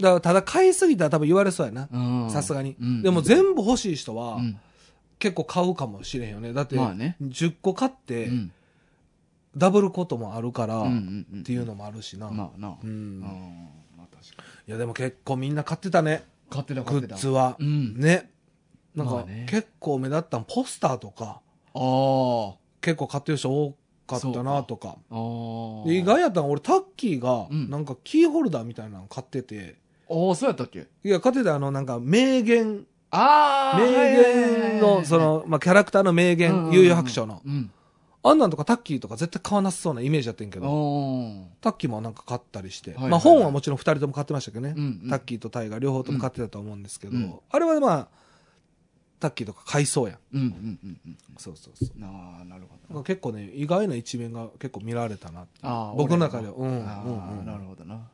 だからただ買いすぎたら多分言われそうやな
うん
さすがに、
うん
でも全部欲しい人は、
うん
結構買うかもしれんよねだって
まあね
10個買って
うん
ダブることもあるから
うんう
っ
んうん
ていうのもあるしな、
まあな
う
うん
ん
まあ確かに
いやでも結構みんな買ってたね
買ってた
グ
買って
ッ
た
ズは、
うん
ねなん
ま
か
あね
結構目立ったのポスターとか
あー
結構買ってる人多かったなとか
あー
で意外やったの俺タッキーが
うん
なんかキーホルダーみたいなの買ってて、
ああそうやったっけ
いや買っててあのなんか名言
ああ
名言のその、まあ、キャラクターの名言悠々白書の
うん
あんなんとかタッキーとか絶対買わなさそうなイメージだったんやけ
う
ど、
ん
タッキーもなんか買ったりして、
はいはいはい
まあ本はもちろん二人とも買ってましたけどね、
うんうん
タッキーとタイが両方とも買ってたと思うんですけど、
うん
あれはまあ、タッキーとか買いそうやん。
うんうんうんうん
そうそうそう。
ああなるほ
な
ど
んか結構ね、意外な一面が結構見られたな。
あー
僕の中では。うん。
俺
う
のあー
んうん
なるほどな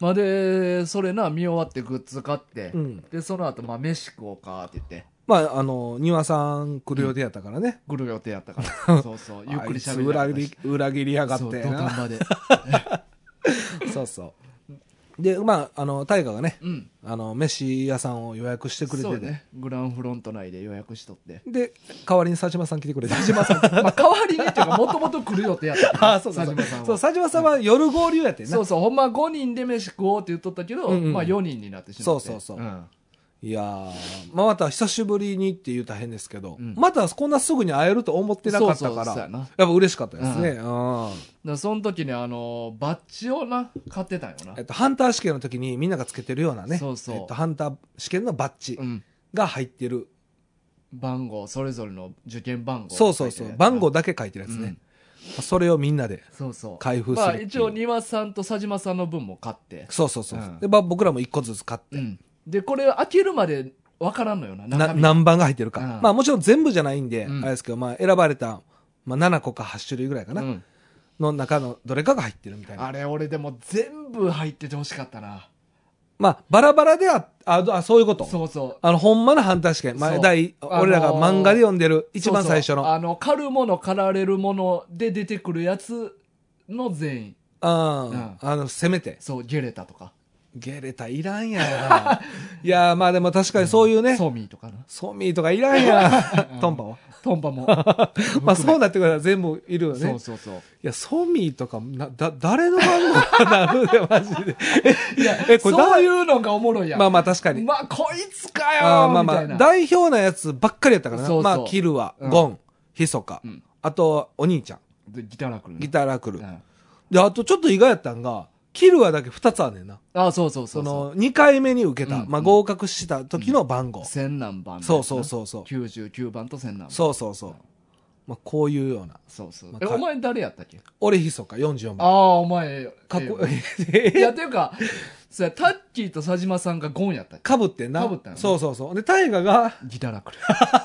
まあでそれな見終わってグッズ買って、
うん
でその後まあ飯食おうかって言って
まあ、あの、庭さん来る予定やったからね。
来る予定やったから そうそうゆっくりしゃべりなが
あ
ら
いつ裏切り裏切りやがっ
そう
て
土壇
な。
場で
そうそう。で、まあ、あの、大河がね、
うん
あの、飯屋さんを予約してくれて
そう
て、
ねグランフロント内で予約しとって
で、代わりに佐島さん来てくれて。
佐島さん まあ代わりにっていうかもともと来る予定やったから
あ、そうか
佐
そ
島
うか。
さんは
そう、佐島さんは夜合流やってんな
そう。そうほんま5人で飯食おうって言っとったけど、
うんうん
まあ4人になってしまって
そうそうそうんいやー、まあ、また久しぶりにって言うたら変ですけど、
うん
またこんなすぐに会えると思ってなかった
そう
から、
そうそうやな
やっぱ嬉しかったですね。うん
だからその時にあのバッジをな買ってたんよな
えっと、ハンター試験の時にみんながつけてるようなね、
そうそう
えっと、ハンター試験のバッジ
うん
が入ってる。
番号それぞれの受験番号
そうそうそう。番号
だ
だけ書いてるやつね。
うん
まあそれをみんなで。
そうそう
開封す
ま
る
あ
っていう
一応庭さんと佐島さんの分も買って、
そうそうそう。
うん
で、まあ、僕らも一個ずつ買って、
うんでこれ開けるまで分からんのよな
な
中身
何番が入ってるか。
うん
まあもちろん全部じゃないんで、
うん
あれですけど、まあ選ばれた、まあ7個か8種類ぐらいかな、
うん
の中のどれかが入ってるみたいな。
あれ俺でも全部入っててほしかったな
まあバラバラでは、あ、あそういうこと。
そうそう
あの、ほんまのハンター試験。ま
そ
あ、
う
第、
あのー
俺らが漫画で読んでる、一番最初
そう
の。
そうあの狩るもの狩られるもので出てくるやつの全員
うん
うん
あの、せめて。
そうゲレタとか
ゲレタいらんやないやー、まあでも確かにそういうね、
ソミーとか な
ソミーとかいらんや
うん
トンパは。
トンパも
まあそうなってくれたら全部いるよ
そ
ね
う。そうそう
いや、ソミーとか、な、だ、誰の番号なので、 マジで。いや、え、これ
そう
誰
いうのがおもろいやん
まあまあ確かに。
まあ、こいつか
あ
よ
ーまあ
ーみ
ま
た
あ、
いな。
代表なやつばっかりやったからな。
そうそう
まあ、キルア、
うん
ゴン、ヒソカ、
うん
あと、お兄ちゃん、
でギターラクルね
ギターラクル。
うん
で、あとちょっと意外やったんが、キルアだけ2つあんねんな。
あそうそうそ
そう
そう。
の、2回目に受けた、
うん
まあ合格した時の番号。
千何番のやつな
そうそうそうそう。
99番と千何番。
そうそうそう。まあ、こういうような。
そうそう
ま。あ
え、
か
お前誰やったっけ
俺、ヒソカ44
あ
番。
あ、お前。
かっこ
え、 えい
え
や、ていうか、そうや、タッキーと佐島さんがゴンやったっけ
かぶってんな。
かぶったんやな
そうそうそう。で、大河が、
ギターラク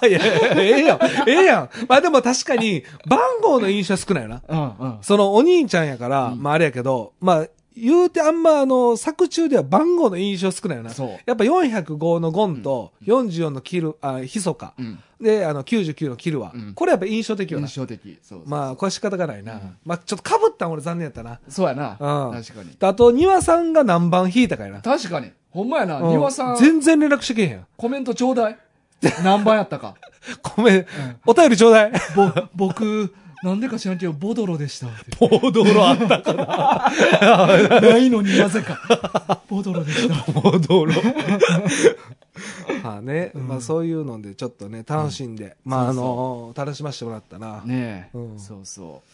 ル。
いやいやええやん。ええやん。まあでも確かに、番号の印象少ないよな。
うんうん。
そのお兄ちゃんやから、まああれやけど、まあ、言うてあんまあの、作中では番号の印象少ないよな。
そう
やっぱ405のゴンと、44のキル、あ、ヒソカ。
うん。
で、あの、99のキルは。
うん
これやっぱ印象的よな
印。象的。そうそう。
まあ、これは仕方がないな。
うん
まあ、ちょっと被ったん俺残念やったな。
そうやな。
うん
確かに。
あと、庭さんが何番引いたかやな。
確かに。ほんまやな。
うん
庭さん、
全然連絡してけへんやん。
コメントちょうだい。何番やったか。
ごめん。お便りちょうだい。
ぼ、僕、なんでか知らんけど、ボドロで した。
暴動のあ ったか
ないのになぜか。ボドロでした。
暴動 の。まあね、まあそういうので、ちょっとね、楽しんで、まあ
そ
あ
うそう
のー楽しませてもらったな。
ねえ、
うん
そうそう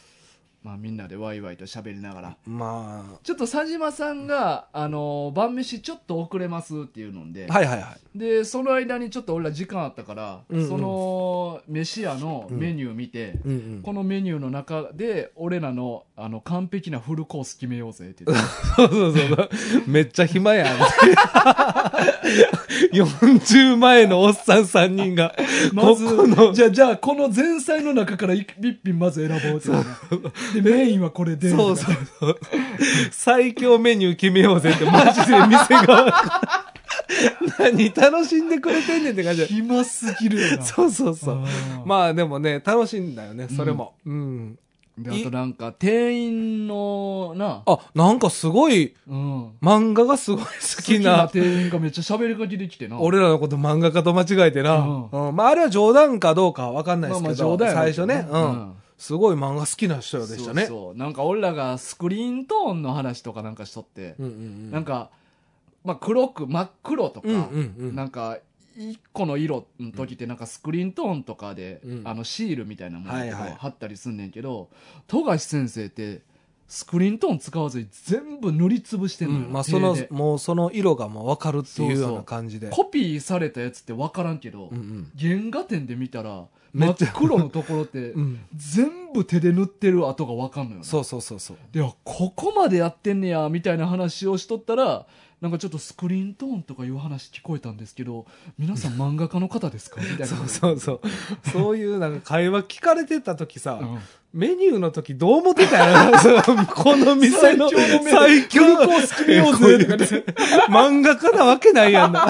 まあみんなでワイワイと喋りながら
ま
ちょっと佐島さんが、あの晩飯ちょっと遅れますっていうので、
あ、はいはいはい。
でその間にちょっと俺ら時間あったから、
うんうん
その飯屋のメニュー見て、
うんうん
このメニューの中で俺らのあの完璧なフルコース決めようぜって言って
そうそうそう。めっちゃ暇 やん。40前のおっさん3人が、
ま
こ
ず
この、
じゃあじゃあこの前菜の中から一品まず選ぼうって言ってでメインはこれで
そうそうそう。 最強メニュー決めようぜって、マジで店側が。何楽しんでくれてんねんって感じだ
暇すぎるよな
そうそうそう。
あー
まあでもね、楽しいんだよね、それも。うん。
であとなんか店員のな、
あ、なんかすごい、
うん、
漫画がすごい好きな。
店員がめっちゃ喋りかけてきてな
俺らのこと漫画家と間違えてな。
うん
うんまあ、あれは冗談かどうかは分かんない
ま
で
あ
す
ま
け
あ
ど、
冗談や
最
けど
初ね、うんすごい漫画好きな人でしたね。
そうそうなんか俺らがスクリーントーンの話とかなんかしとって、
うんうんう
なん
ん
か、まあ、黒く真っ黒とか、
うんうんうん
なんか一個の色の時ってなんかスクリーントーンとかで、
うん
あのシールみたいなものとか
はいはい
貼ったりすんねんけど富樫、先生ってスクリーントーン使わずに全部塗りつぶしてんのよ、
まあ、その
手で
もうその色がもう分かるっていうような感じで
コピーされたやつって分からんけど、
うんうん
原画展で見たら
め
真
っ
っ
ちゃ
黒のところって
うん
全部手で塗ってる跡が分かんのよね
そうそうそうそう
ではここまでやってんねやみたいな話をしとったらなんかちょっとスクリーントーンとかいう話聞こえたんですけど皆さん漫画家の方ですかみたいな
そうそうそうそういうなんか会話聞かれてた時さ、
うん
メニューの時どう思ってた よこの店
最
の
強のメニュー
最強
フルコース組みようぜとかね
漫画家なわけないやんな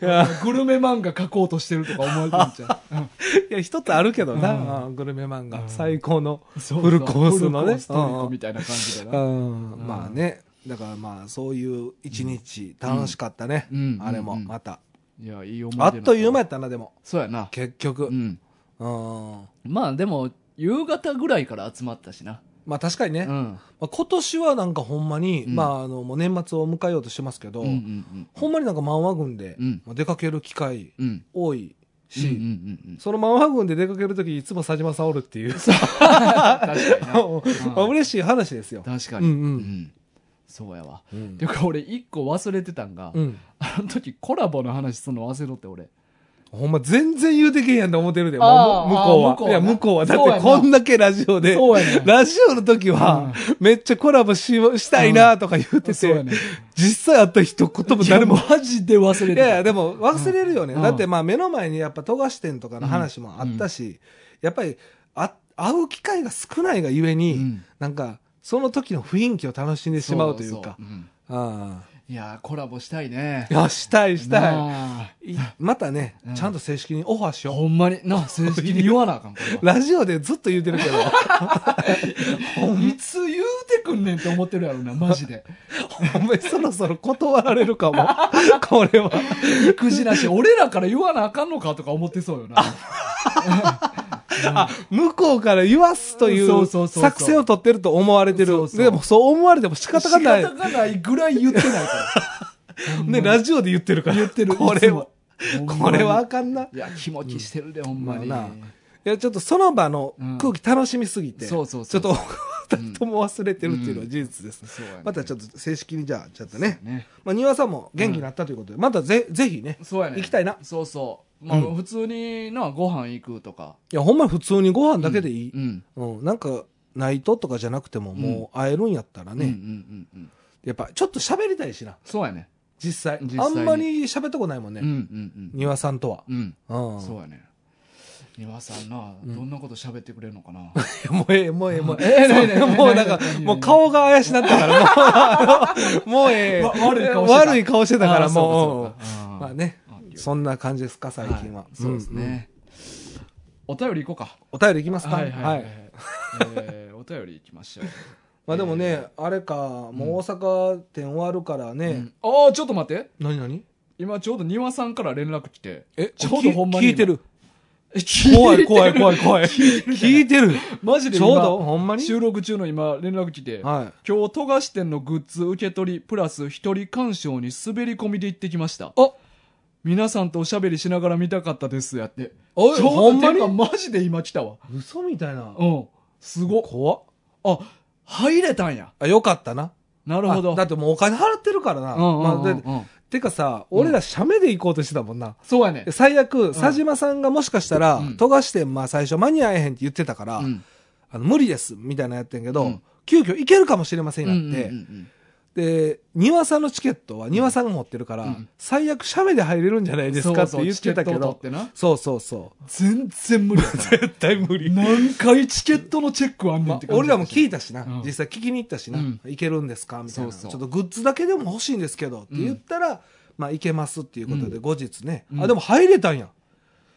いや
グルメ漫画描こうとしてるとか思われてんじゃん
いや一つあるけど
うん
な、うんグルメ漫画、
うん
最高の
うんそうそう
フルコースのね
フルコーストリコみたいな感じで
う
な、
ん、
うん
まあねだからまあそういう一日楽しかったね、
うん
あれも
うんうん
また、
いやいい思い出
あっという
や
間やったなでも
そうやな
結局、う
うんんまあでも夕方ぐらいから集まったしな
まあ確かにね、
うん
まあ、今年はなんかほんまに、
うん
まああのもう年末を迎えようとしてますけど、
うんうん
ほんまになんか漫画軍で、
うん
まあ、出かける機会
うんうん
多いし、
うんうんうんうん
その漫画軍で出かけるときいつも佐島さんおるっていう
確かにな
まあ嬉しい話ですよ、
確か
う
に
んうん
そうやわ
うん
ていうか俺一個忘れてたんが、
うん
あの時コラボの話すんの忘れろって俺
ほんま全然言うてけえやんと思ってるで、も
あー
う向こう
あー向こうは
は。
い
や、向こうは。だ
そう
っ
や
て
な
こんだけラジオで、
そうやねん
ラジオの時は、めっちゃコラボししたいなとか言って
そうや
て、
ねん
実際会った一言も誰も。
マジで忘れ
い
て
やい
た
や、でも忘れるよね。
うん
だってまあ目の前にやっぱ富樫店とかの話もあったし、やっぱりあ会う機会が少ないがゆ
う
えに、
ん
なんか、その時の雰囲気を楽しんでしまうという
そそ
か。
ん
ああ
いやーコラボしたいね
いや、したいした。
ない
いまたね
う、ん
ちゃんと正式にオファーし
あ
よう。
ほんまにな正式に言わなあかんこれは
ラジオでずっと言うてる けど。
いつ言うてくんねんって思ってるやろなマジで
お前そろそろ断られるかも。これは。
育児なし俺らから言わなあかんのかとか思ってそうよな
あ、向こうから言わすとい
そう
う
そうそうそう
作戦を取ってると思われて
そ
る
う。そう
でもそう思われても仕
仕
方がない。
方がないぐらい言ってない から
ね、ラジオで言ってるから。
言ってる
こ れは、
いつも
これはあかんな。い
いや気持ちしてるで、ほんまに、
まあなや、ちょっとその場の空気楽しみすぎて。
そうそうそう
ちょっと、 二人とも忘れてるっていうのは事実です。
そうやね
またちょっと正式にじゃあ、ちょっとね。
ね
まあ、庭さんも元気になったということで、またぜ、ぜひね。
そうやね
行きたいな
そうそうまあ、
うん
普通になご飯行くとか
いや、ほんまに普通にご飯だけでいい。
うん
うん、なんか、ないととかじゃなくても、もう会えるんやったら
うんうんう
ね、
んうん
やっぱちょっと喋りたいしな、
そうやね
実際。
実際に
あんまり喋ったことないもんね、
うんうんうん
庭さんとは。
うん
うん。
そうやね庭さんな、
ん
どんなこと喋ってくれるのか な
もうええ、もうええ、もう
え何
ええ。
何何
もうなんか
何何、何
もう顔が怪しなったから、もう、もうええ。
わ悪い顔してた
悪い顔してたから、
あー
もう
そうかそうかあー
まあね
あ、
そんな感じですか、最近は。
いそうです
んうん。
ね、お便り行こうか
お便りいきますか
はいはいはい、
はい
えーお便り行きましょう
まあでもね、あれか、もう大阪店終わるから
う
ね
ん。ああちょっと待って
何何
今ちょうど庭さんから連絡来て
え、
ちょうどほんまに
聞いてる。
聞
怖い怖い怖い怖い。聞いてる。
マジで
ち
今
ょうどほんまに
収録中の今連絡来て、
は
今日富樫店のグッズ受け取りプラス一人鑑賞に滑り込みで行ってきました
あ
皆さんとおしゃべりしながら見たかったですやって
おい
ちょうど
ほんまに
てかマジで今来たわ
い。嘘みたいな。
うんすごっ
怖っ
あ入れたんや
あ、よかったな。
なるほど
あだってもうお金払ってるからな。
うんうんうん
まあ
う
で
ん
てかさ、
うん
俺ら写メで行こうとしてたもんな。
そうやね
で最悪、佐島さんがもしかしたら
うん、
富樫店、まあ最初間に合えへんって言ってたから、
うん
あの無理です、みたいなのやってんけど、
うん
急遽行けるかもしれませんになって、
うんうん
で、庭さんのチケットは庭さんが持ってるから、
うん
最悪写メで入れるんじゃない
うん
ですかって
そうそう
言ってたけ
チケットを
ど、
取ってな
そうそうそう。
全然無理やったな
絶対無理。
何回チケットのチェックあんねん
ま
っ
あ
て、感じ
俺らも聞
い
いたしな、
うん
実際聞きに行ったしな、
うん
いけるんですかみたいな
そうそう
ちょっとグッズだけでも欲しいんですけどって言ったら、まあいけますっていうことで、
う
後日ね、
うん
あでも入れたんや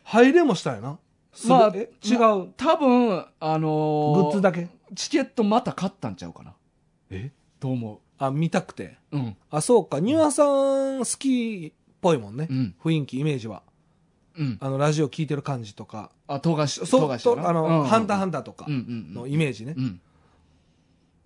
入れもしたんやなすごい
まあ
え違う、
多分あのー
グッズだけ
チケットまた買ったんちゃうかな
え
と思
あ見たくて
ううん
あそうか庭さん好きっぽいもんね、
うん
雰囲気イメージは
うん
あのラジオ聞いてる感じとか
あ富樫
そ
富
う
樫や
と
な
あの、
うん
ハンターハンター」とか
うんうん
の
う
イメージね
ん、うん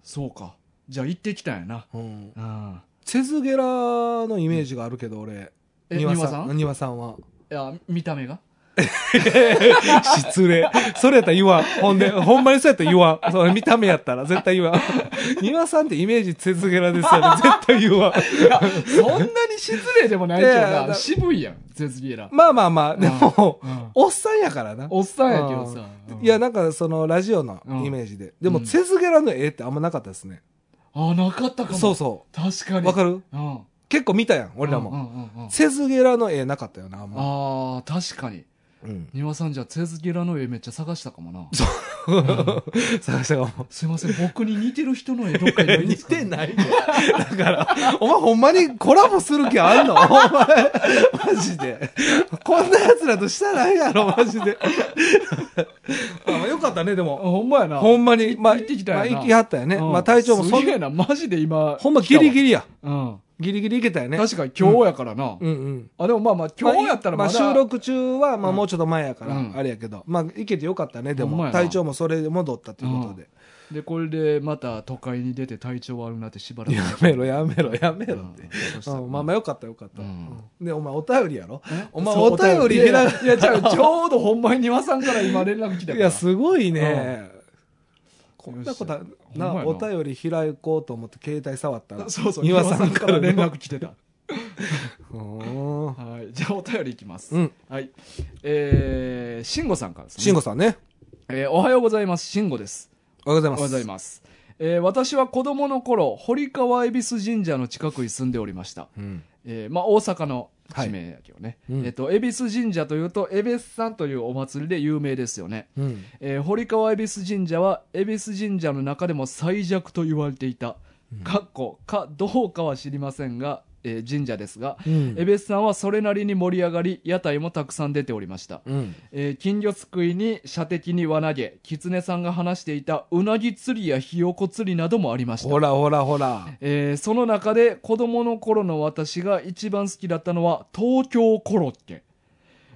そうかじゃあ行ってきたんやな
うん
うん
セズゲラのイメージがあるけど俺、
え
庭
庭さん
庭さんはい
や見た目が
失礼。それやったら言わん。ほんで、ほんまにそうやったら言わん。その見た目やったら絶対言わん。 庭さんってイメージ続けられそ うやで絶対言わん。
そんなに失礼でもないけど
いやいや
な。
だ
渋いやん、絶ゲラ。
まあまあまあ、でも、
うん
おっさんやからな。
おっさんやけどさ。
いや、なんかそのラジオのイメージで。でも、
うん
せずげらの絵ってあんまなかったですね。
あ、なかったかも。
そうそ
確か
う。
に。
わか
る。
る
うん。
結構見たやん、俺ら
うんう
も。
んうんうん
せずげらの絵なかったよな、あんま。
あー、確かに。
うん。
庭さんじゃ、ゼズゲラの絵めっちゃ探したかもな。
探したかも。
すいません、僕に似てる人の絵どっかにないんで
似
すか
てないよだから、お前ほんまにコラボする気あんのお前、マジで。こんな奴らとしたらええやろ、マジで。あよかったね、でも。
ほんまやな。
ほんまに、まあ、
行ってきたよな
まあ行きはったよね。
うん
まあ、体調もそ
す
ん
げえな、マジで今。
ほんまギリギ
リ。
リや。
うん。
ギリギリいけたよね。
確かに今日やからな。
うんうん。
あ、でもまあまあ、今日やったら
ま
ま
あ
だ。
収録中は、まあ、もうちょっと前やから、
うん
あれやけど、まあ、いけてよかったね、で
ほんまや
も、
な
体調もそれで戻ったということで。
で、これでまた都会に出て体調悪くなってしばらく。
やめろ、やめろ、やめろって。
うん
うんまあまあよかったよかった、
うん
でお前お便りやろお前
そう
お便り
いやい
開
や
く
い や、じゃあちょうどほんまに庭さんから今連絡来たか
い
ら。
やすごいね、こんなことはな
ほんまやな
お便り開こうと思って携帯触った ら
そうそう、
庭
庭
さ
さ
ん
ん
か
からら
連
連
絡
絡来てた。
うん
はい。じゃあお便りいきます。
うん
はい。えー、慎吾さんからですね
慎吾さんね
えーおはようございます。慎吾です。
おはようござい
おは
ます
ようございます。えー私は子供の頃、堀川恵比寿神社の近くに住んでおりました。
うん
えーまあ、大阪の地名やけどね、
はいうん
えっと恵比寿神社というと恵比寿さんというお祭りで有名ですよね、
うん
えー堀川恵比寿神社は恵比寿神社の中でも最弱と言われていた、かっこかどうかは知りませんが、えー神社ですが、
うん
恵比寿さんはそれなりに盛り上がり屋台もたくさん出ておりました、
うん
えー金魚すくいに射的に輪投げ狐さんが話していたうなぎ釣りやひよこ釣りなどもありました
ほらほらほら
えーその中で子供の頃の私が一番好きだったのは東京コロッケ。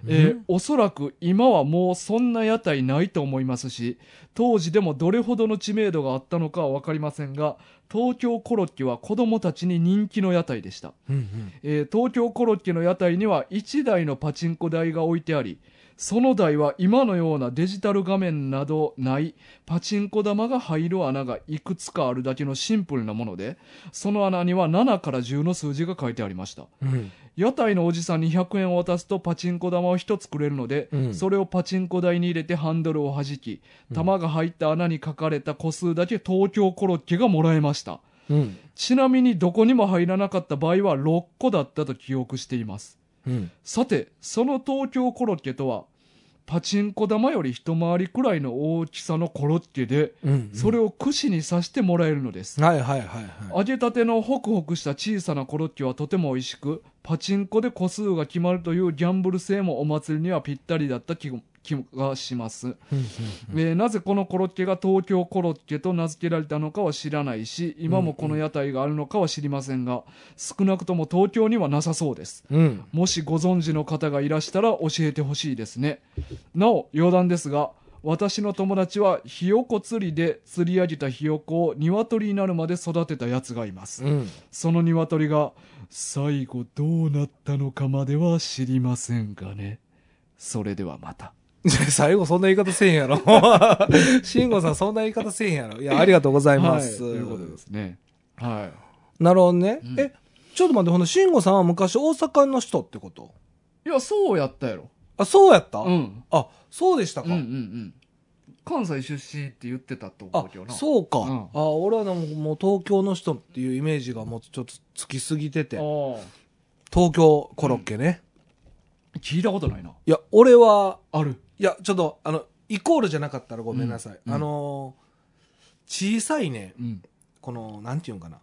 えーおそらく今はもうそんな屋台ないと思いますし、当時でもどれほどの知名度があったのかはわかりませんが、東京コロッケは子供たちに人気の屋台でした。
うん
えー東京コロッケの屋台には1台のパチンコ台が置いてあり、その台は今のようなデジタル画面などないパチンコ玉が入る穴がいくつかあるだけのシンプルなもので、その穴には7から10の数字が書いてありました。
うん
屋台のおじさんに100円を渡すとパチンコ玉を1つくれるので、
うん
それをパチンコ台に入れてハンドルを弾き、玉が入った穴に書かれた個数だけ東京コロッケがもらえました。
うん
ちなみにどこにも入らなかった場合は6個だったと記憶しています。
うん
さて、その東京コロッケとは、パチンコ玉より一回りくらいの大きさのコロッケで、
うん
それを串に刺してもらえるのです。
はいはいはいは
揚げたてのホクホクした小さなコロッケはとても美味しく、パチンコで個数が決まるというギャンブル性もお祭りにはぴったりだった気気がします。
いうん
えーなぜこのコロッケが東京コロッケと名付けられたのかは知らないし今もこの屋台があるのかは知りませんが、少なくとも東京にはなさそうです
うん
もしご存知の方がいらしたら教えてほしいですねなお余談ですが私の友達はひよこ釣りで釣り上げたひよこを鶏になるまで育てたやつがいます
うん
その鶏が最後どうなったのかまでは知りませんがねそれではまた
最後そんな言い方せえへ んやろ。慎吾さんそんな言い方せえへんやろ。いや、ありがとうございます。
はい、ということですねはい
なるほどね。
うん
え、ちょっと待って、ほな、慎吾さんは昔大阪の人ってこと
いや、そうやったやろ。
あ、そうやった、
うん。
あ、そうでした
うん
か。
うんうん。関西出身って言ってたと思
あ
うけど、な。う。
そうか。
ん
あ、俺はでももう東京の人っていうイメージがもうちょっとつきすぎてて。
あ
東京コロッケね。
あ。聞いたことないな。
いや、俺は、
ある。
いや、ちょっと、あの、イコールじゃなかったらごめんなさい。
うん
あのー小さいね、
うん。
この、なんていうんかな。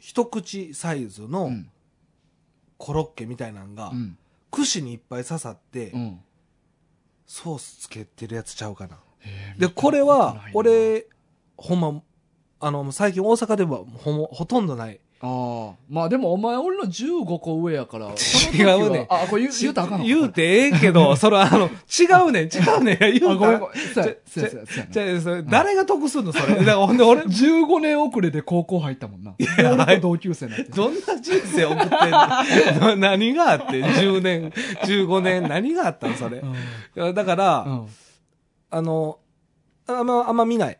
一口サイズの、
うん。
コロッケみたいなんが、
うん。
串にいっぱい刺さって、
うん。
ソースつけてるやつちゃうかな。
へえ
で、これ
見たこと
は
ない、な
俺、ほんま、あの、最近大阪ではほんまほとんどない
ああ。まあでもお前俺の15個上やから。
違
この
うね
時はあ、これ言う言うたらあかんの
言うてええ けど、それあの、違うねん、違うねん、言
あ、
う
ご
た
めん
ら
ご。めん。そうやそうやそうやそうやな
じゃあ、それ、誰が得すんの、それ。だからほんで、俺、
15年遅れで高校入ったもんな。で俺と同級生にな って。
どんな人生送ってんの な何があってん ?10 年、15年、何があったのそれ
う。ん
だから、
うん
あの、あんま、あんま見ない。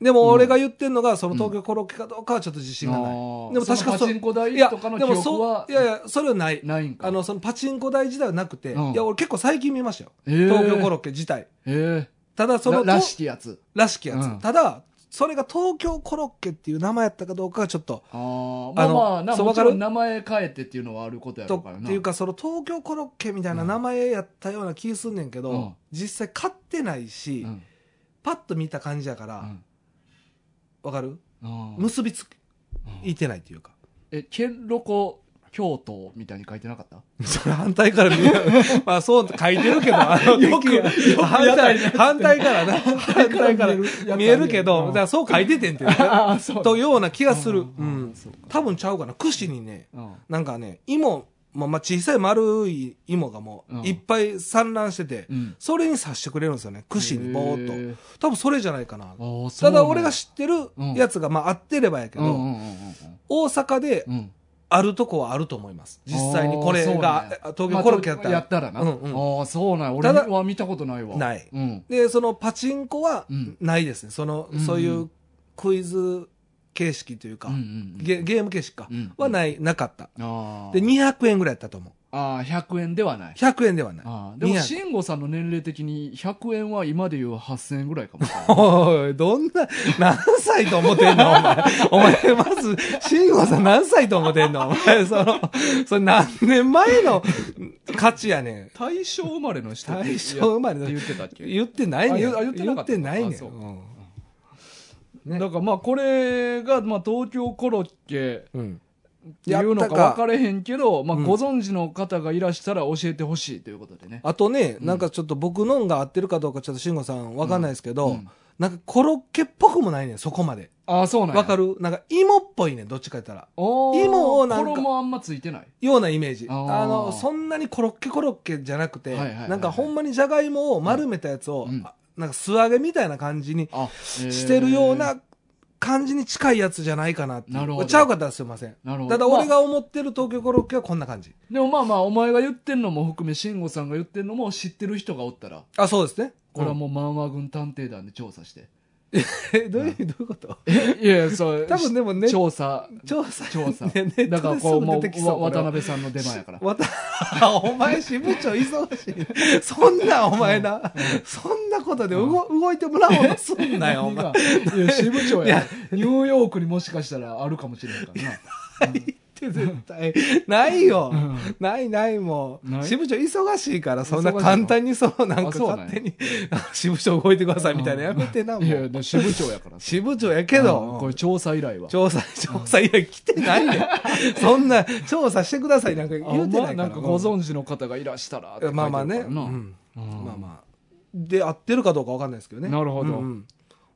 でも俺が言ってんのが、その東京コロッケかどうかはちょっと自信がない。でも確か
そのパ
そ
チンコ
い
台
や、
とかの
で
記
も
憶
そ
は
う、いやいや、それはない。
ないんか。
あの、そのパチンコ台自体はなくて、
うん
いや、俺結構最近見ましたよ。
えー、
東京コロッケ自体。
え
ただ、
ー、
その、
らら
と
しきやつ。
らしきやつ。
うん
ただ、それが東京コロッケっていう名前やったかどうかがちょっと、
あーまあ
あの
まあな、
そう
も
わ
ち
か
ろ
る
ん名前変えてっていうのはあることやろ
と
うからな。
っていうかその東京コロッケみたいな名前やったような気すんねんけど、
うん
実際買ってないし、
うん、
パッと見た感じやから
う
わ、
ん
かる
うん
結びつく
うん
いてないっていうか
え、ケンロコ京都みたいに書いてなかった
それ反対から見 るまあそう書いてるけどあの
よく
敵
よく
反
屋台
対
にあって
反対からな反対から
見える
見えるけど、
うん
だからそう書いててんっていうね
ああ、そう。
というような気がする、
う
うんん
そうか
多分ちゃうかな串にね
うん
なんかね芋、まあ、まあ小さい丸い芋がも
うん
ういっぱい散乱してて、
うん。
それに刺してくれるんですよね串にボーっと。
へー
多分それじゃないかな。
ああそう
た
なんや
だ俺が知ってるやつが、まあ合ってればやけ
うんうん
ど、
うんうん
大阪で
うんうん。
あるとこはあると思います。実際にこれ
あ
が
ーそうなんや、
あ東京コロッケやった
まあや
ら
っ。たらな。
うんうん
ああ、そうなんや
ただ
俺は見たことないわ。
ない
うん。
で、そのパチンコは
うん
ないですね。その
うんうん、
そういうクイズ形式というか
うんう、んうん
ゲゲーム形式か
うんうん。
はない、なかった。
ああ。
で、200円ぐらいやったと思う。
ああ、100円ではない。
100円ではない。
ああでも、
200
慎吾さんの年齢的に100円は今で言う8000円ぐらいかも しれない。
おい、どんな、何歳と思ってんのお前。お前、まず、慎吾さん何歳と思ってんのお前、その、それ何年前の価値やねん。
大正生まれの人
大正生まれ
っ
の
て言ってたっけ
言ってないねん。
あ言ってなかった
言ってないね
あ
ん。
そう
うん
だからまあこれがまあ東京コロッケ
うん。
っていうのか
や
分
った
かれへんけど、まあ
うん
ご存知の方がいらしたら教えてほしいということでね。
あとね、
うん
なんかちょっと僕のんが合ってるかどうかちょっと慎吾さんわかんないですけど、
うん
なんかコロッケっぽくもないねん、そこまで。
ああ、そうなんや
わかるなんか芋っぽいねん、どっちか言ったら。
おー
芋をなんか
衣あんまついてない。
ようなイメージ
あ
あ
ー
のそんなにコロッケコロッケじゃなくて、
はいはいはいはい
なんかほんまにじゃがいもを丸めたやつを、
うん
あなんか素揚げみたいな感じに
あ、
してるよう
へー。
な感じに近いやつじゃないかなっていう
なるほど
ちゃうかったらすいません
なるほど。
ただ俺
まあ
が思ってる東京コロッケはこんな感じ
でもまあまあ、お前が言ってんのも含め、慎吾さんが言ってんのも知ってる人がおったら、
あそうですね
これは
うん
もう漫画軍探偵団で調査して。
えどういうどういうこと
え、いやいや、そう。
多分でもね
調査。
調査
調 査
ねネットですぐ
だからこう、も
出てき
う、
そ
わ
うこれ
渡
は
辺さんの出番やから。
わた お前支部長忙しいそんなお前な、そんなことで動,、動いてもらおうとすんなよお前
今いや、支部長や
いや。
ニューヨークにもしかしたらあるかもしれないからな。
って絶対 ないよ、
うん
ないないも
ないう
支部長忙しいからそん
忙
な
しいの
簡単にそうなん
あ
か
そうなんや
勝手に支部長動いてくださいみたいなやめてなも
いや、
う
で支部長やから。
支部長やけ
う
ど
んこれ調査依頼は。
調査調査いや来てないよ そんな調査してくださいなんか
あ
言うて
ま
な
あ
い
な
か
んか
ら
ご存知の方がいらしたらって書いて
まあまあね、
るからな
うん
うん
まあまあで合ってるかどうかわかんないですけどね
なるほど
うんうん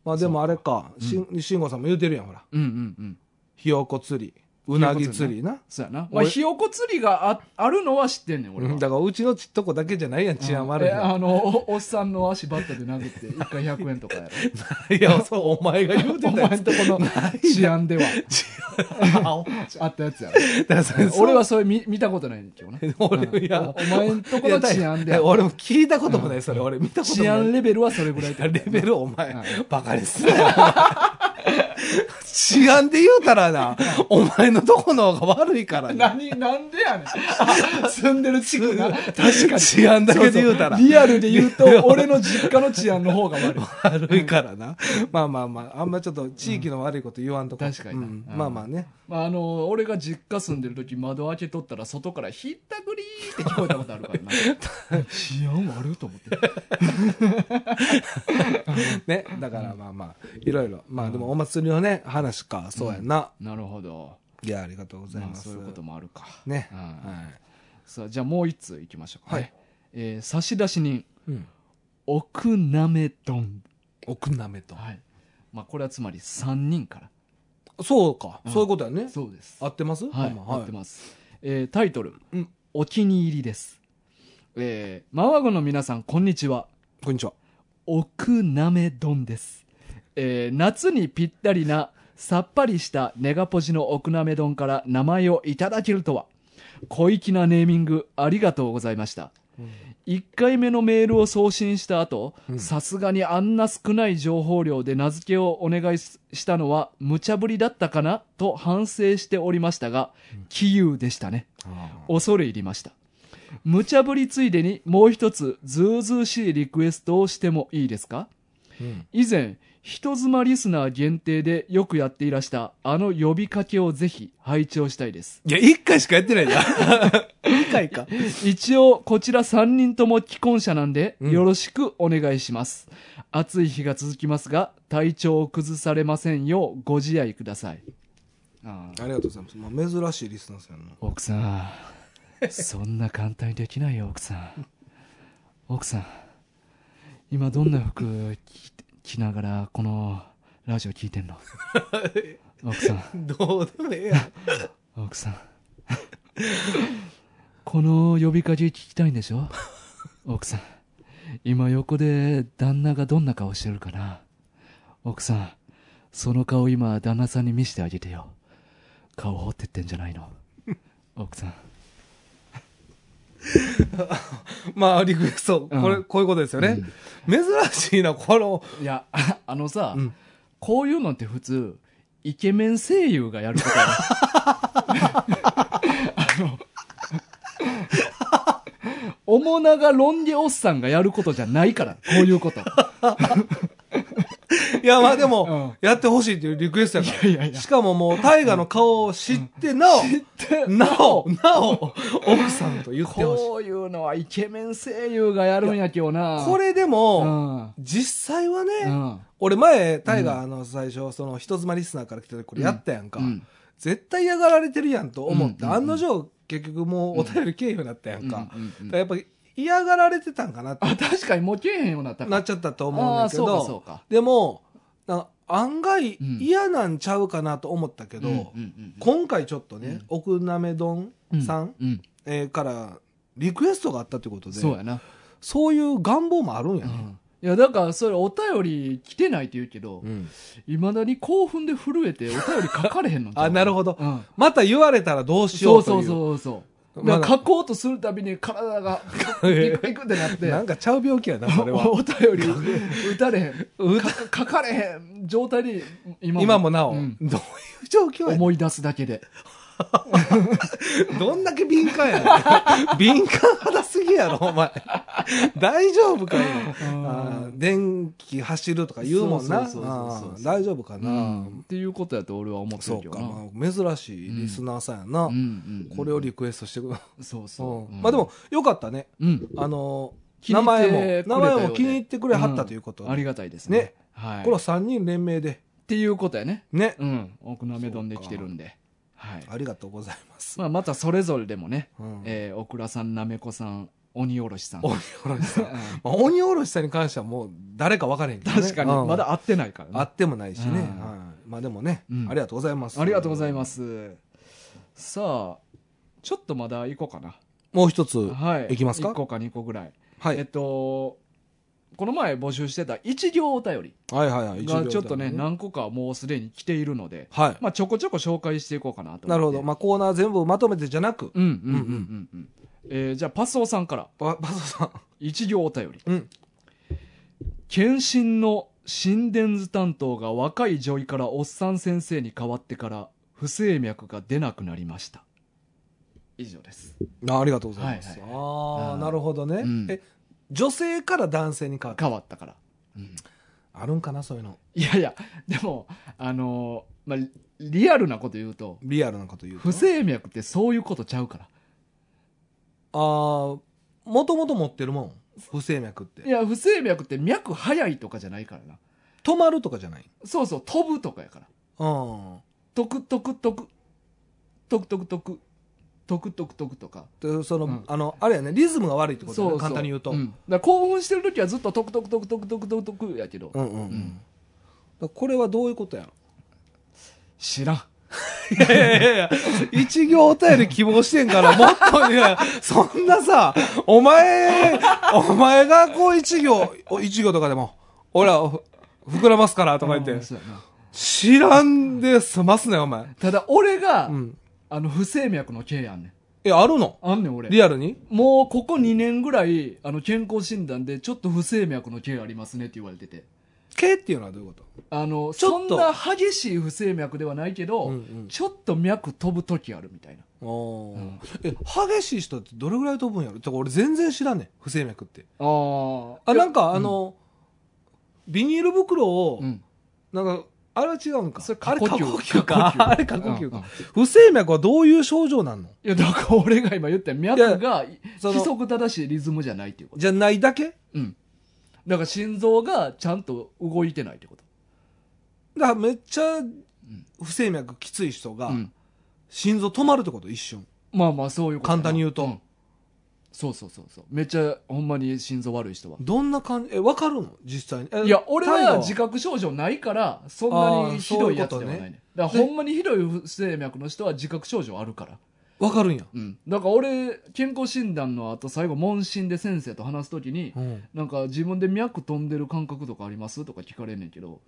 まあでもあれかしん慎吾さんも言うてるやんほら
うんうんうん。
ひよこ釣りうなぎ釣りな
そうやな。まあ、
俺
ひよこ釣りがああるのは知ってんねん、俺は。
うんだからうちのちっとこだけじゃないやん治安悪い
え
の
あの、おおっさんの足バットで殴って、一回100円とかやろ。
いや、そう、お前が言うて
お
たや
前
つ
んと この治安 では、
青
あったやつやろ。
だからそれ
俺はそれ見見たことないねんけどな。
俺、いや、
お前んとこの治安
い
で
や。俺も聞いたこともない、それ。俺見たことも
治
ない。
安レベルはそれぐらい
いやレベル、お前
は、
バカにすなよ。 治安で言うたらな、お前のとこの方が悪いから な。
何、なんでやねん。 住んでる地区な。確かに。
治安だけで言うたら
そそリアルで言うと、俺の実家の治安の方が 悪い。
悪いからな。まあまあまあ、あんまちょっと地域の悪いこと言わんとこ。
うん確かにな
うん
うん
まあまあね。
まあ、あの、俺が実家住んでる時窓開けとったら外からひったくりーって聞こえたことあるからな。治安悪いと思って。
ね。だからまあまあ、いろいろ。まあでもお祭りのね、話か。そうやな。
なるほど。
いや、ありがとうござい
まあ、
ます。
そういうこともあるか。
ね。
うん
はい。
さあ、じゃあもう一通いきましょうか、ね。
はい
えー差出人、
うん。
奥なめ丼。
奥なめと。
はい。まあ、これはつまり3人から。
そうか、
うん
そういうことやね
そうです
合ってます
はい、
まあまあ
合ってます、えータイトル、
うん
お気に入りですえー、マワゴの皆さんこんにちは
こんにちは
奥なめ丼です、えー夏にぴったりなさっぱりしたネガポジの奥なめ丼から名前をいただけるとは小粋なネーミングありがとうございました1回目のメールを送信した後
うん
さすがにあんな少ない情報量で名付けをお願いししたのは無茶ぶりだったかなと反省しておりましたが杞憂でしたね
あー
恐れ入りました無茶ぶりついでにもう一つズうずうしいリクエストをしてもいいですか
うん
以前人妻リスナー限定でよくやっていらしたあの呼びかけをぜひ拝聴したいです
いや一回しかやってないじゃん一回か
一応こちら3人とも既婚者なんで
うん
よろしくお願いします、暑い日が続きますが体調を崩されませんようご自愛くださいあ
ありがとうございます、まあ、珍しいリスナーさんやな
奥さんそんな簡単にできないよ奥さん奥さん今どんな服着て着ながらこのラジオ聞いて んの奥さん
どうでもええやん
奥さん この呼びかけ聞きたいんでしょ奥さん今横で旦那がどんな顔してるかな奥さんその顔今旦那さんに見せてあげてよ顔掘ってってんじゃないの奥さん
まあリクエストこれ、
うん
こういうことですよね、珍しいなこの、
いや ああのさ、
うん
こういうのって普通イケメン声優がやることやろ あのおもながロン毛おっさんがやることじゃないからこういうこと
いやまあでも、やってほしいっていうリクエストやから
いやいや
しかももう、大河の顔を知って、なお、なお、なお、奥さんと言ってほしい。
こういうのはイケメン声優がやるんや今日な
これで
う
も、
ん、うん
実際はね、俺前、大河あの、最初、その、人妻リスナーから来てて、これやったやんか
う。ん
絶対嫌がられてるやんと思って、
うんうんうん
案の定、結局もう、お便り経由になったやんか。だか
うんうんうん
らやっぱ、嫌がられてたんかなって、
あ確かにもうけえへんようになった
な
か
っちゃったと思うん
ああ
だ
ー
け
そうかそう
ど、
か
でも、な案外
ん、
嫌なんちゃうかなと思ったけ
うん
ど
う、んうん
今回ちょっとね、
うん
奥なめ丼
うん
さん、
うん
えーからリクエストがあったということで
そうやな
そういう願望もあるんやね、
いやだからそれお便り来てないって言うけどいま、未だに興奮で震えてお便り書かれへんの
あなるほど
うん、
また言われたらどうし
そ
よう
う
と
そ
いうう
そうそう
ま
だ
だ
から書こうとするたびに体がピクピクってな って
なんかちゃう病気やなそれ は
おお便り 打たれへんか書かれへん状態に今
今もなお、
うん
どういう状況やね
思い出すだけで
どんだけ敏感 やねん敏感肌すぎやろお前大丈夫かよあー電気走るとか言うもんなあ
そうそうそうそうそう
ー大丈夫かな、
うんっていうことやと俺は思って
そ
る
う
けど
か、
な
まあ、珍しいリスナーさんやな、
うんうんうん
これをリクエストしてくる、
そう
う、
そうん
まあでもよかったね
うん
あの
気に
名
入ってくれたよう
前
で
も名前も気に入ってくれはったということ、
ありがたいですね
ね
はい、
これは3人連名で
っていうことやね
ね、
うん奥なめ丼で来てるんで、はい
ありがとうございます、
まあ、またそれぞれでもね、
うん
えー、オクラさんなめこさん鬼おろしさ ん、
鬼おろしさん、 まあ、鬼おろしさんに関してはもう誰か分からへんけどね、
確かに
うん
まだ会ってないからね
あってもないしね、
うん
はいまあでもね、
うん
ありがとうございます
ありがとうございますさあちょっとまだ行こうかな、
もう一つ
はい
行きますか
1個か2個ぐらい、
はい、
えっとこの前募集してた一行お便
はいはいはい
り
一応
がちょっとね
だ
何個かもうすでに来ているので、
はい、
まあ、ちょこちょこ紹介していこうかなと思って
なるほど、まあ、コーナー全部まとめてじゃなく、
うんうんうんうんうん、えーじゃあパスオさんから
ババゾさん
一行お便り
うん
検診の心電図担当が若い女医からおっさん先生に変わってから不整脈が出なくなりました以上です
あありがとうございます、
はいはい
あ
う
あ
ん
なるほどね、
うん
え女性から男性に変わった
変わったから、うん
あるんかなそういうの
いやいやでもあのーまあ、リリアルなこと言うと
リアルなこと言うと
不整脈ってそういうことちゃうから
ああ、もともと持ってるもん。不整脈っ
い
て。
や不整脈って脈早いとかじゃないからな
止まるとかじゃない
そうそう飛ぶとかやから
うん。
トクトクトクトクトクトクトクトクトクとか
でその、
うん
あの、あれやね、リズムが悪いってことだね
そうそう
簡単に言うと。
んだから興奮してる時はずっとトクトクトクトクトクトクトクやけど、
うんうんうん
うん
だからこれはどういうことやろ
知らん。
いやいやいや、一行お便り希望してん から、もっとね、そんなさ、お前、お前がこう一行、お一行とかでも、俺はふ膨らますからとか言っ
うん
て、
そうやな
知らんで済ますね、お前。
ただ、俺が、
うん。
あの、不整脈の経あんねん。
え、あるの
あんねん、俺。
リアルに
もう、ここ2年ぐらい、あの、健康診断で、ちょっと不整脈の経ありますねって言われてて。
毛っていうのはどういうこ
あの、
ち
そ
ょ
ん
っと
な激しい不整脈ではないけど、
うんうん
ちょっと脈飛ぶ時あるみたいな。
とおーえ、激しい人ってどれぐらい飛ぶんやろてか俺全然知らんねん、不整脈って。
あ
あ、なんかあの、ビニール袋を、
うん。
なんか、あれは違うんか。
それ
あれ
過
過呼
呼吸過
吸
呼
か。
吸
あれ過呼吸
う
か
ん。
不整脈はどういう症状なんの
いや、だから俺が今言った脈が、
その
規則正しいリズムじゃないっていうこと。
じゃないだけ
うん。だから心臓がちゃんと動いてないってこと。
だからめっちゃ、不整脈きつい人が
う、ん。
心臓止まるってこと一瞬。
まあまあ、そういうことやな。
簡単に言うと
んそうそうそうそう。めっちゃ、ほんまに心臓悪い人は。
どんな感じ、え、わかるの実際に。え
いや、俺
態度
は自覚症状ないから、そんなにひどいやつではない
あーそういうこと
ね。だから、ほんまにひどい不整脈の人は自覚症状あるから。
わかるんや。
うん。だから俺、健康診断の後、最後、問診で先生と話すときに、
うん
なんか自分で脈飛んでる感覚とかありますとか聞かれんねんけど、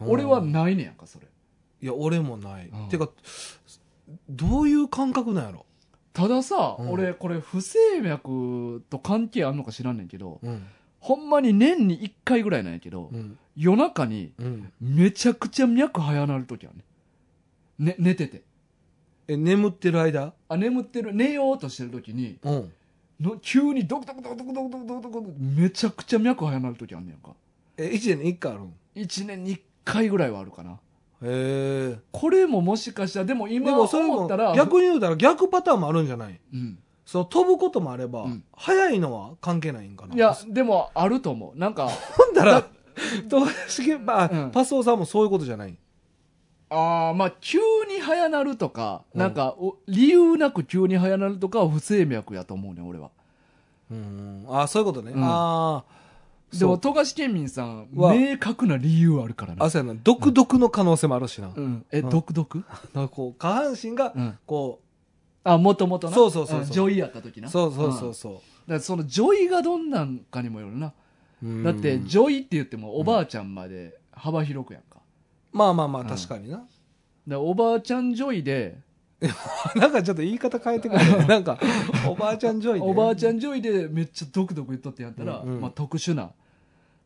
俺はないねやんか、それ。
いや、俺もない。
うん
てか、どういう感覚なんやろ
たださ、
うん
俺、これ、不整脈と関係あんのか知らんねんけど、
うん。
ほんまに年に1回ぐらいなんやけど、
うん。
夜中に
うん。
めちゃくちゃ脈早なるときあるねんね。寝てて。
え、眠ってる間
あ、眠ってる、寝ようとしてるときに、
うん。
の急にドクドクドクドクドクドクドクドクめちゃくちゃ脈早なるときあんねやんか。
え、一年に一回あるん
1年に1回ぐらいはあるかな。
へえ。
これももしかしたら、でも
で
今
もそれ
思
も
ったら、
逆に言うたら逆パターンもあるんじゃない
うん。
その飛ぶこともあれば、
うん
早いのは関係ないんかない
や、でもあると思う。なんか、
ほんだら、どうしげ、 まあ、
うん
パスオさんもそういうことじゃない。
あーまあ、急に早なるとか、
うん
なんか、お理由なく急に早なるとかは不整脈やと思うね、俺は。
うん。あそういうことね。
うん
ああ。
でも、
そう、
富樫県民さん、
は
明確な理由あるからな
あ、。そうやな。独独の可能性もあるしな。
うん。え、
うん
独独
なんかこう、下半身が
う、ん。
こ
あ、もともとな。
そうそうそうそうん
女医やった時
う、
な。
そうそうそ
んだ
うそ
からその女医がどんなんかにもよるな。
う。うん
だって、女医って言ってもおばあちゃんまで幅広くやんか。
まあまあまあ、
うん
確かにな。
だからおばあちゃん女医で、
なんかちょっと言い方変えてくれる。なんか、おばあちゃんジョイね
おばあちゃん女医でめっちゃドクドク言っとってやったら、
うんうん
まあ、特殊な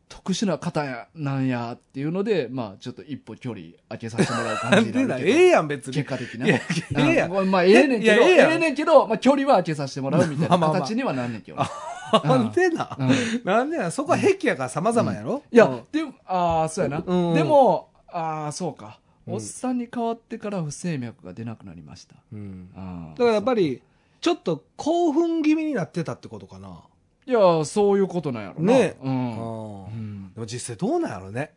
特殊な方やなんやっていうので、まあ、ちょっと一歩距離開けさせてもらう
な
感じ
ん
に
で
な
だ、
るけ
え
ど
えやん、別に。
結果的ない
や、ええやん。
うんまあええねんけど
いやええやん
ええねんけど、まあ、距離は開けさせてもらうみたい
ま
な
あまあまあ
形にはなんねんけど、
なんでな。
うんい
なんでな。そこは壁やから様々やろう
や
ん
でもああそうやな、
うん
でもああそうか
うん
おっさんに変わってから不整脈が出なくなりました、
うんだ
あー
からやっぱり、ちょっと興奮気味になってたってことかな。
いやそういうことなんやろな
ね
う
うんん
うん
でも実際どうなんやろね。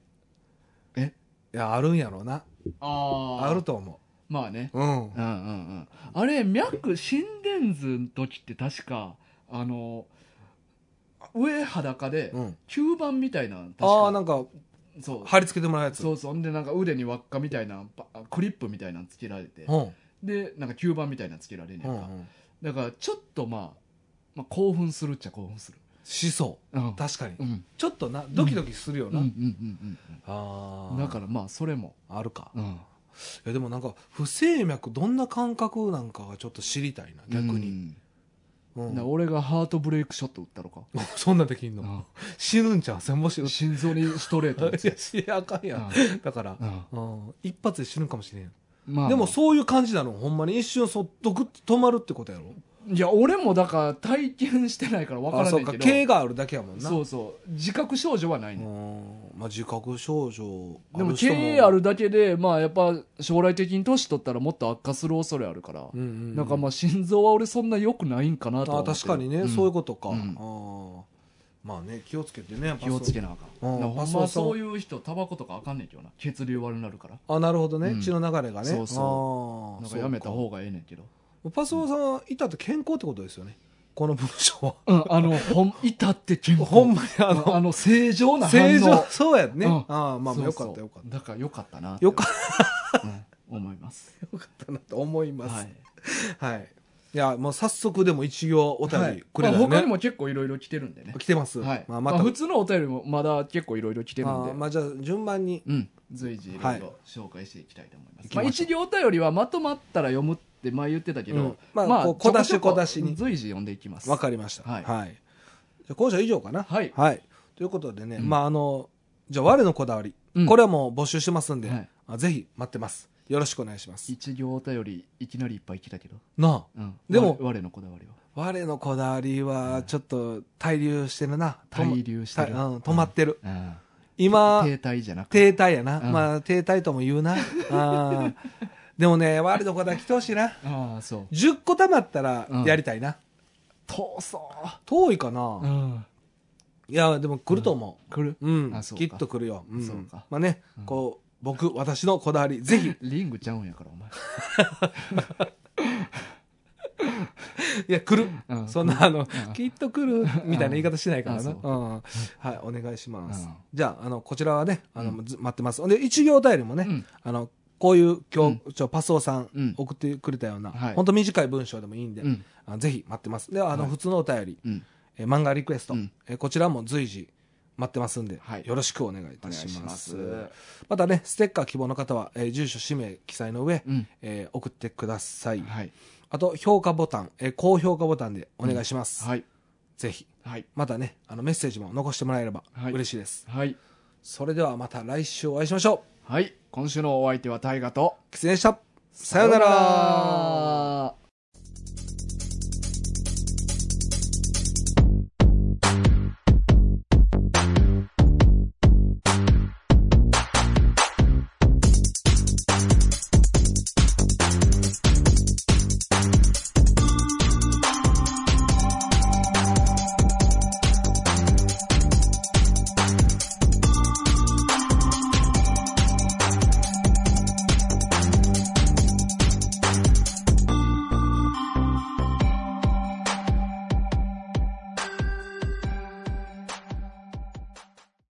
え
いや、あるんやろな。
あー
あると思
まあね
う。うん
う。んうんうん、あれ脈心電図の時って確かあの上裸で
うん。
吸盤みたいなの確
ああ、な
か
んか、
そう
貼り付けてもらうやつ。
そうそうほんでなんか腕に輪っかみたいなパクリップみたいなのつけられて
うん。うん。
でなんか吸盤みたいなのつけられんね
うん
か、
ん。
だからちょっと、まあ、まあ興奮するっちゃ興奮する
しそ
うん
う。確かに
う。ん
ちょっとな、ドキドキするよ
うんうんう
な。
ん
あ
うん
あ。
だからまあそれも、
あるか。
うん、
いや、でもなんか、不整脈、どんな感覚なんかがちょっと知りたいな、逆に。う
うん、だから
ん。
俺がハートブレイクショット打ったろか、
そんなんできんの
う
死ぬんちゃう戦没死
ん、
ぬ。
心臓にストレート打
い
つ
や、死あかんやん。だから
う、ん
うん。一発で死ぬかもしれん。
まあ、
でもそういう感じなのほんまに一瞬そっとグッと止まるってことやろ
いや俺もだから体験してないから分から
あ
ない
そう
けど
か毛があるだけやもんな
そうそう自覚症状はないうね、
んまあ自覚症状
でも
人
経営あるだけでまあやっぱ将来的に年取ったらもっと悪化する恐れあるから、
うんうんうん
なんかまあ心臓は俺そんな良くないんかなとは
あ
思う
確かにね、そういうことか、
うん
あーまあね気をつけてね
気をつけ
て
なあかん
うん
だからほ
パ
ん
スワ
ま
ード
そういう人タバコとかあかんねんけどな血流悪なるから
あなるほどね、
うん
血の流れがね
そう
そ
なんかやめた
う
方がええねんけど
かパスオさんはいたって健康ってことですよねこの文章は
うんあのほん至って健康
ほんまにあ
うん
の
あの正常な反応
正常そうやね、
うん
ああまあまあ
そう
よ
そう
かったよかった
だからよかったな
よか
うん思います。
よかったなと思います。は
はいい。。
いや、もう早速でも一行お便りくれた
まあ
よね、
他にも結構いろいろ来てるんでね。
来てます。
はい。
ま
ま
あ、
あ、
また、
普通のお便りもまだ結構いろいろ来てるんで。
あーまあ、じゃあ順番に。
うん、随時いろ
はいい
ろ紹介していきたいと思います
行。き
ま
ましょ
あ、一
う
行お便りはまとまったら読むって前言ってたけど、
うんまあこう小出し小出しに
随時読んでいきます。
わかりました。は。
はいい
じゃあ、後者以上かな。
はい
ということでね、
うん
まあ、あの、じゃあ、我のこだわり、
うん
これはもう募集してますんで、
はい
あぜひ待ってます。よろしくお願いします。
一行お便りいきなりいっぱい来たけど、
なあ。
うん、
でも
我我のこだわりは
我のこだわりは、ちょっと、滞留してるな。
滞留してる
たうん、止まってる。
うん
今、
停滞じゃなくて
停滞やな。
うん
まあ、停滞とも言 うな。あーでもね、我のこだわり来てほしいな。
ああそう
10個溜まったら
うん
やりたいな。
遠そ
遠いかな
う、、ん、
いや、でも来ると思
来る
う。うん。
あそう
き
か
っと来るよ。うん
そうか
まあね、
うん
こう、僕、私のこだわ り、ぜひ。
リングちゃうんやからお前
いや、来る。
うん
そんな、あの、
うん
きっと来る、みたいな言い方しないからな。
あ
う。
そうん
はい、お願いします。
うん
じゃあ、あの、こちらはね、あの、
う
ず待ってます。で、一行お便りもね、
うん
あの、こういう、今日、ちょ、パスオさ
うんん、
送ってくれたような、
はい
本当短い文章でもいいんで、
うん
あのぜひ待ってます。では、あの、
はい
普通のお便り、
うん
えー漫画リクエスト、
うん
えーこちらも随時待ってますんで、
はい
よろしくお願いい
お
た
願い
し
し
ま。
ますす
またね、ステッカー希望の方は、えー住所、氏名、記載の上、
うん
えー送ってください。
はい
あと、評価ボタン、えー高評価ボタンでお願いします。
はい
ぜひ、
はい
またね、あのメッセージも残してもらえれば
はい
嬉しいです。
はい
それではまた来週お会いしましょ
はい今週のお相手は大ガと
う。キツネでした。さような
さよう
ら。
なら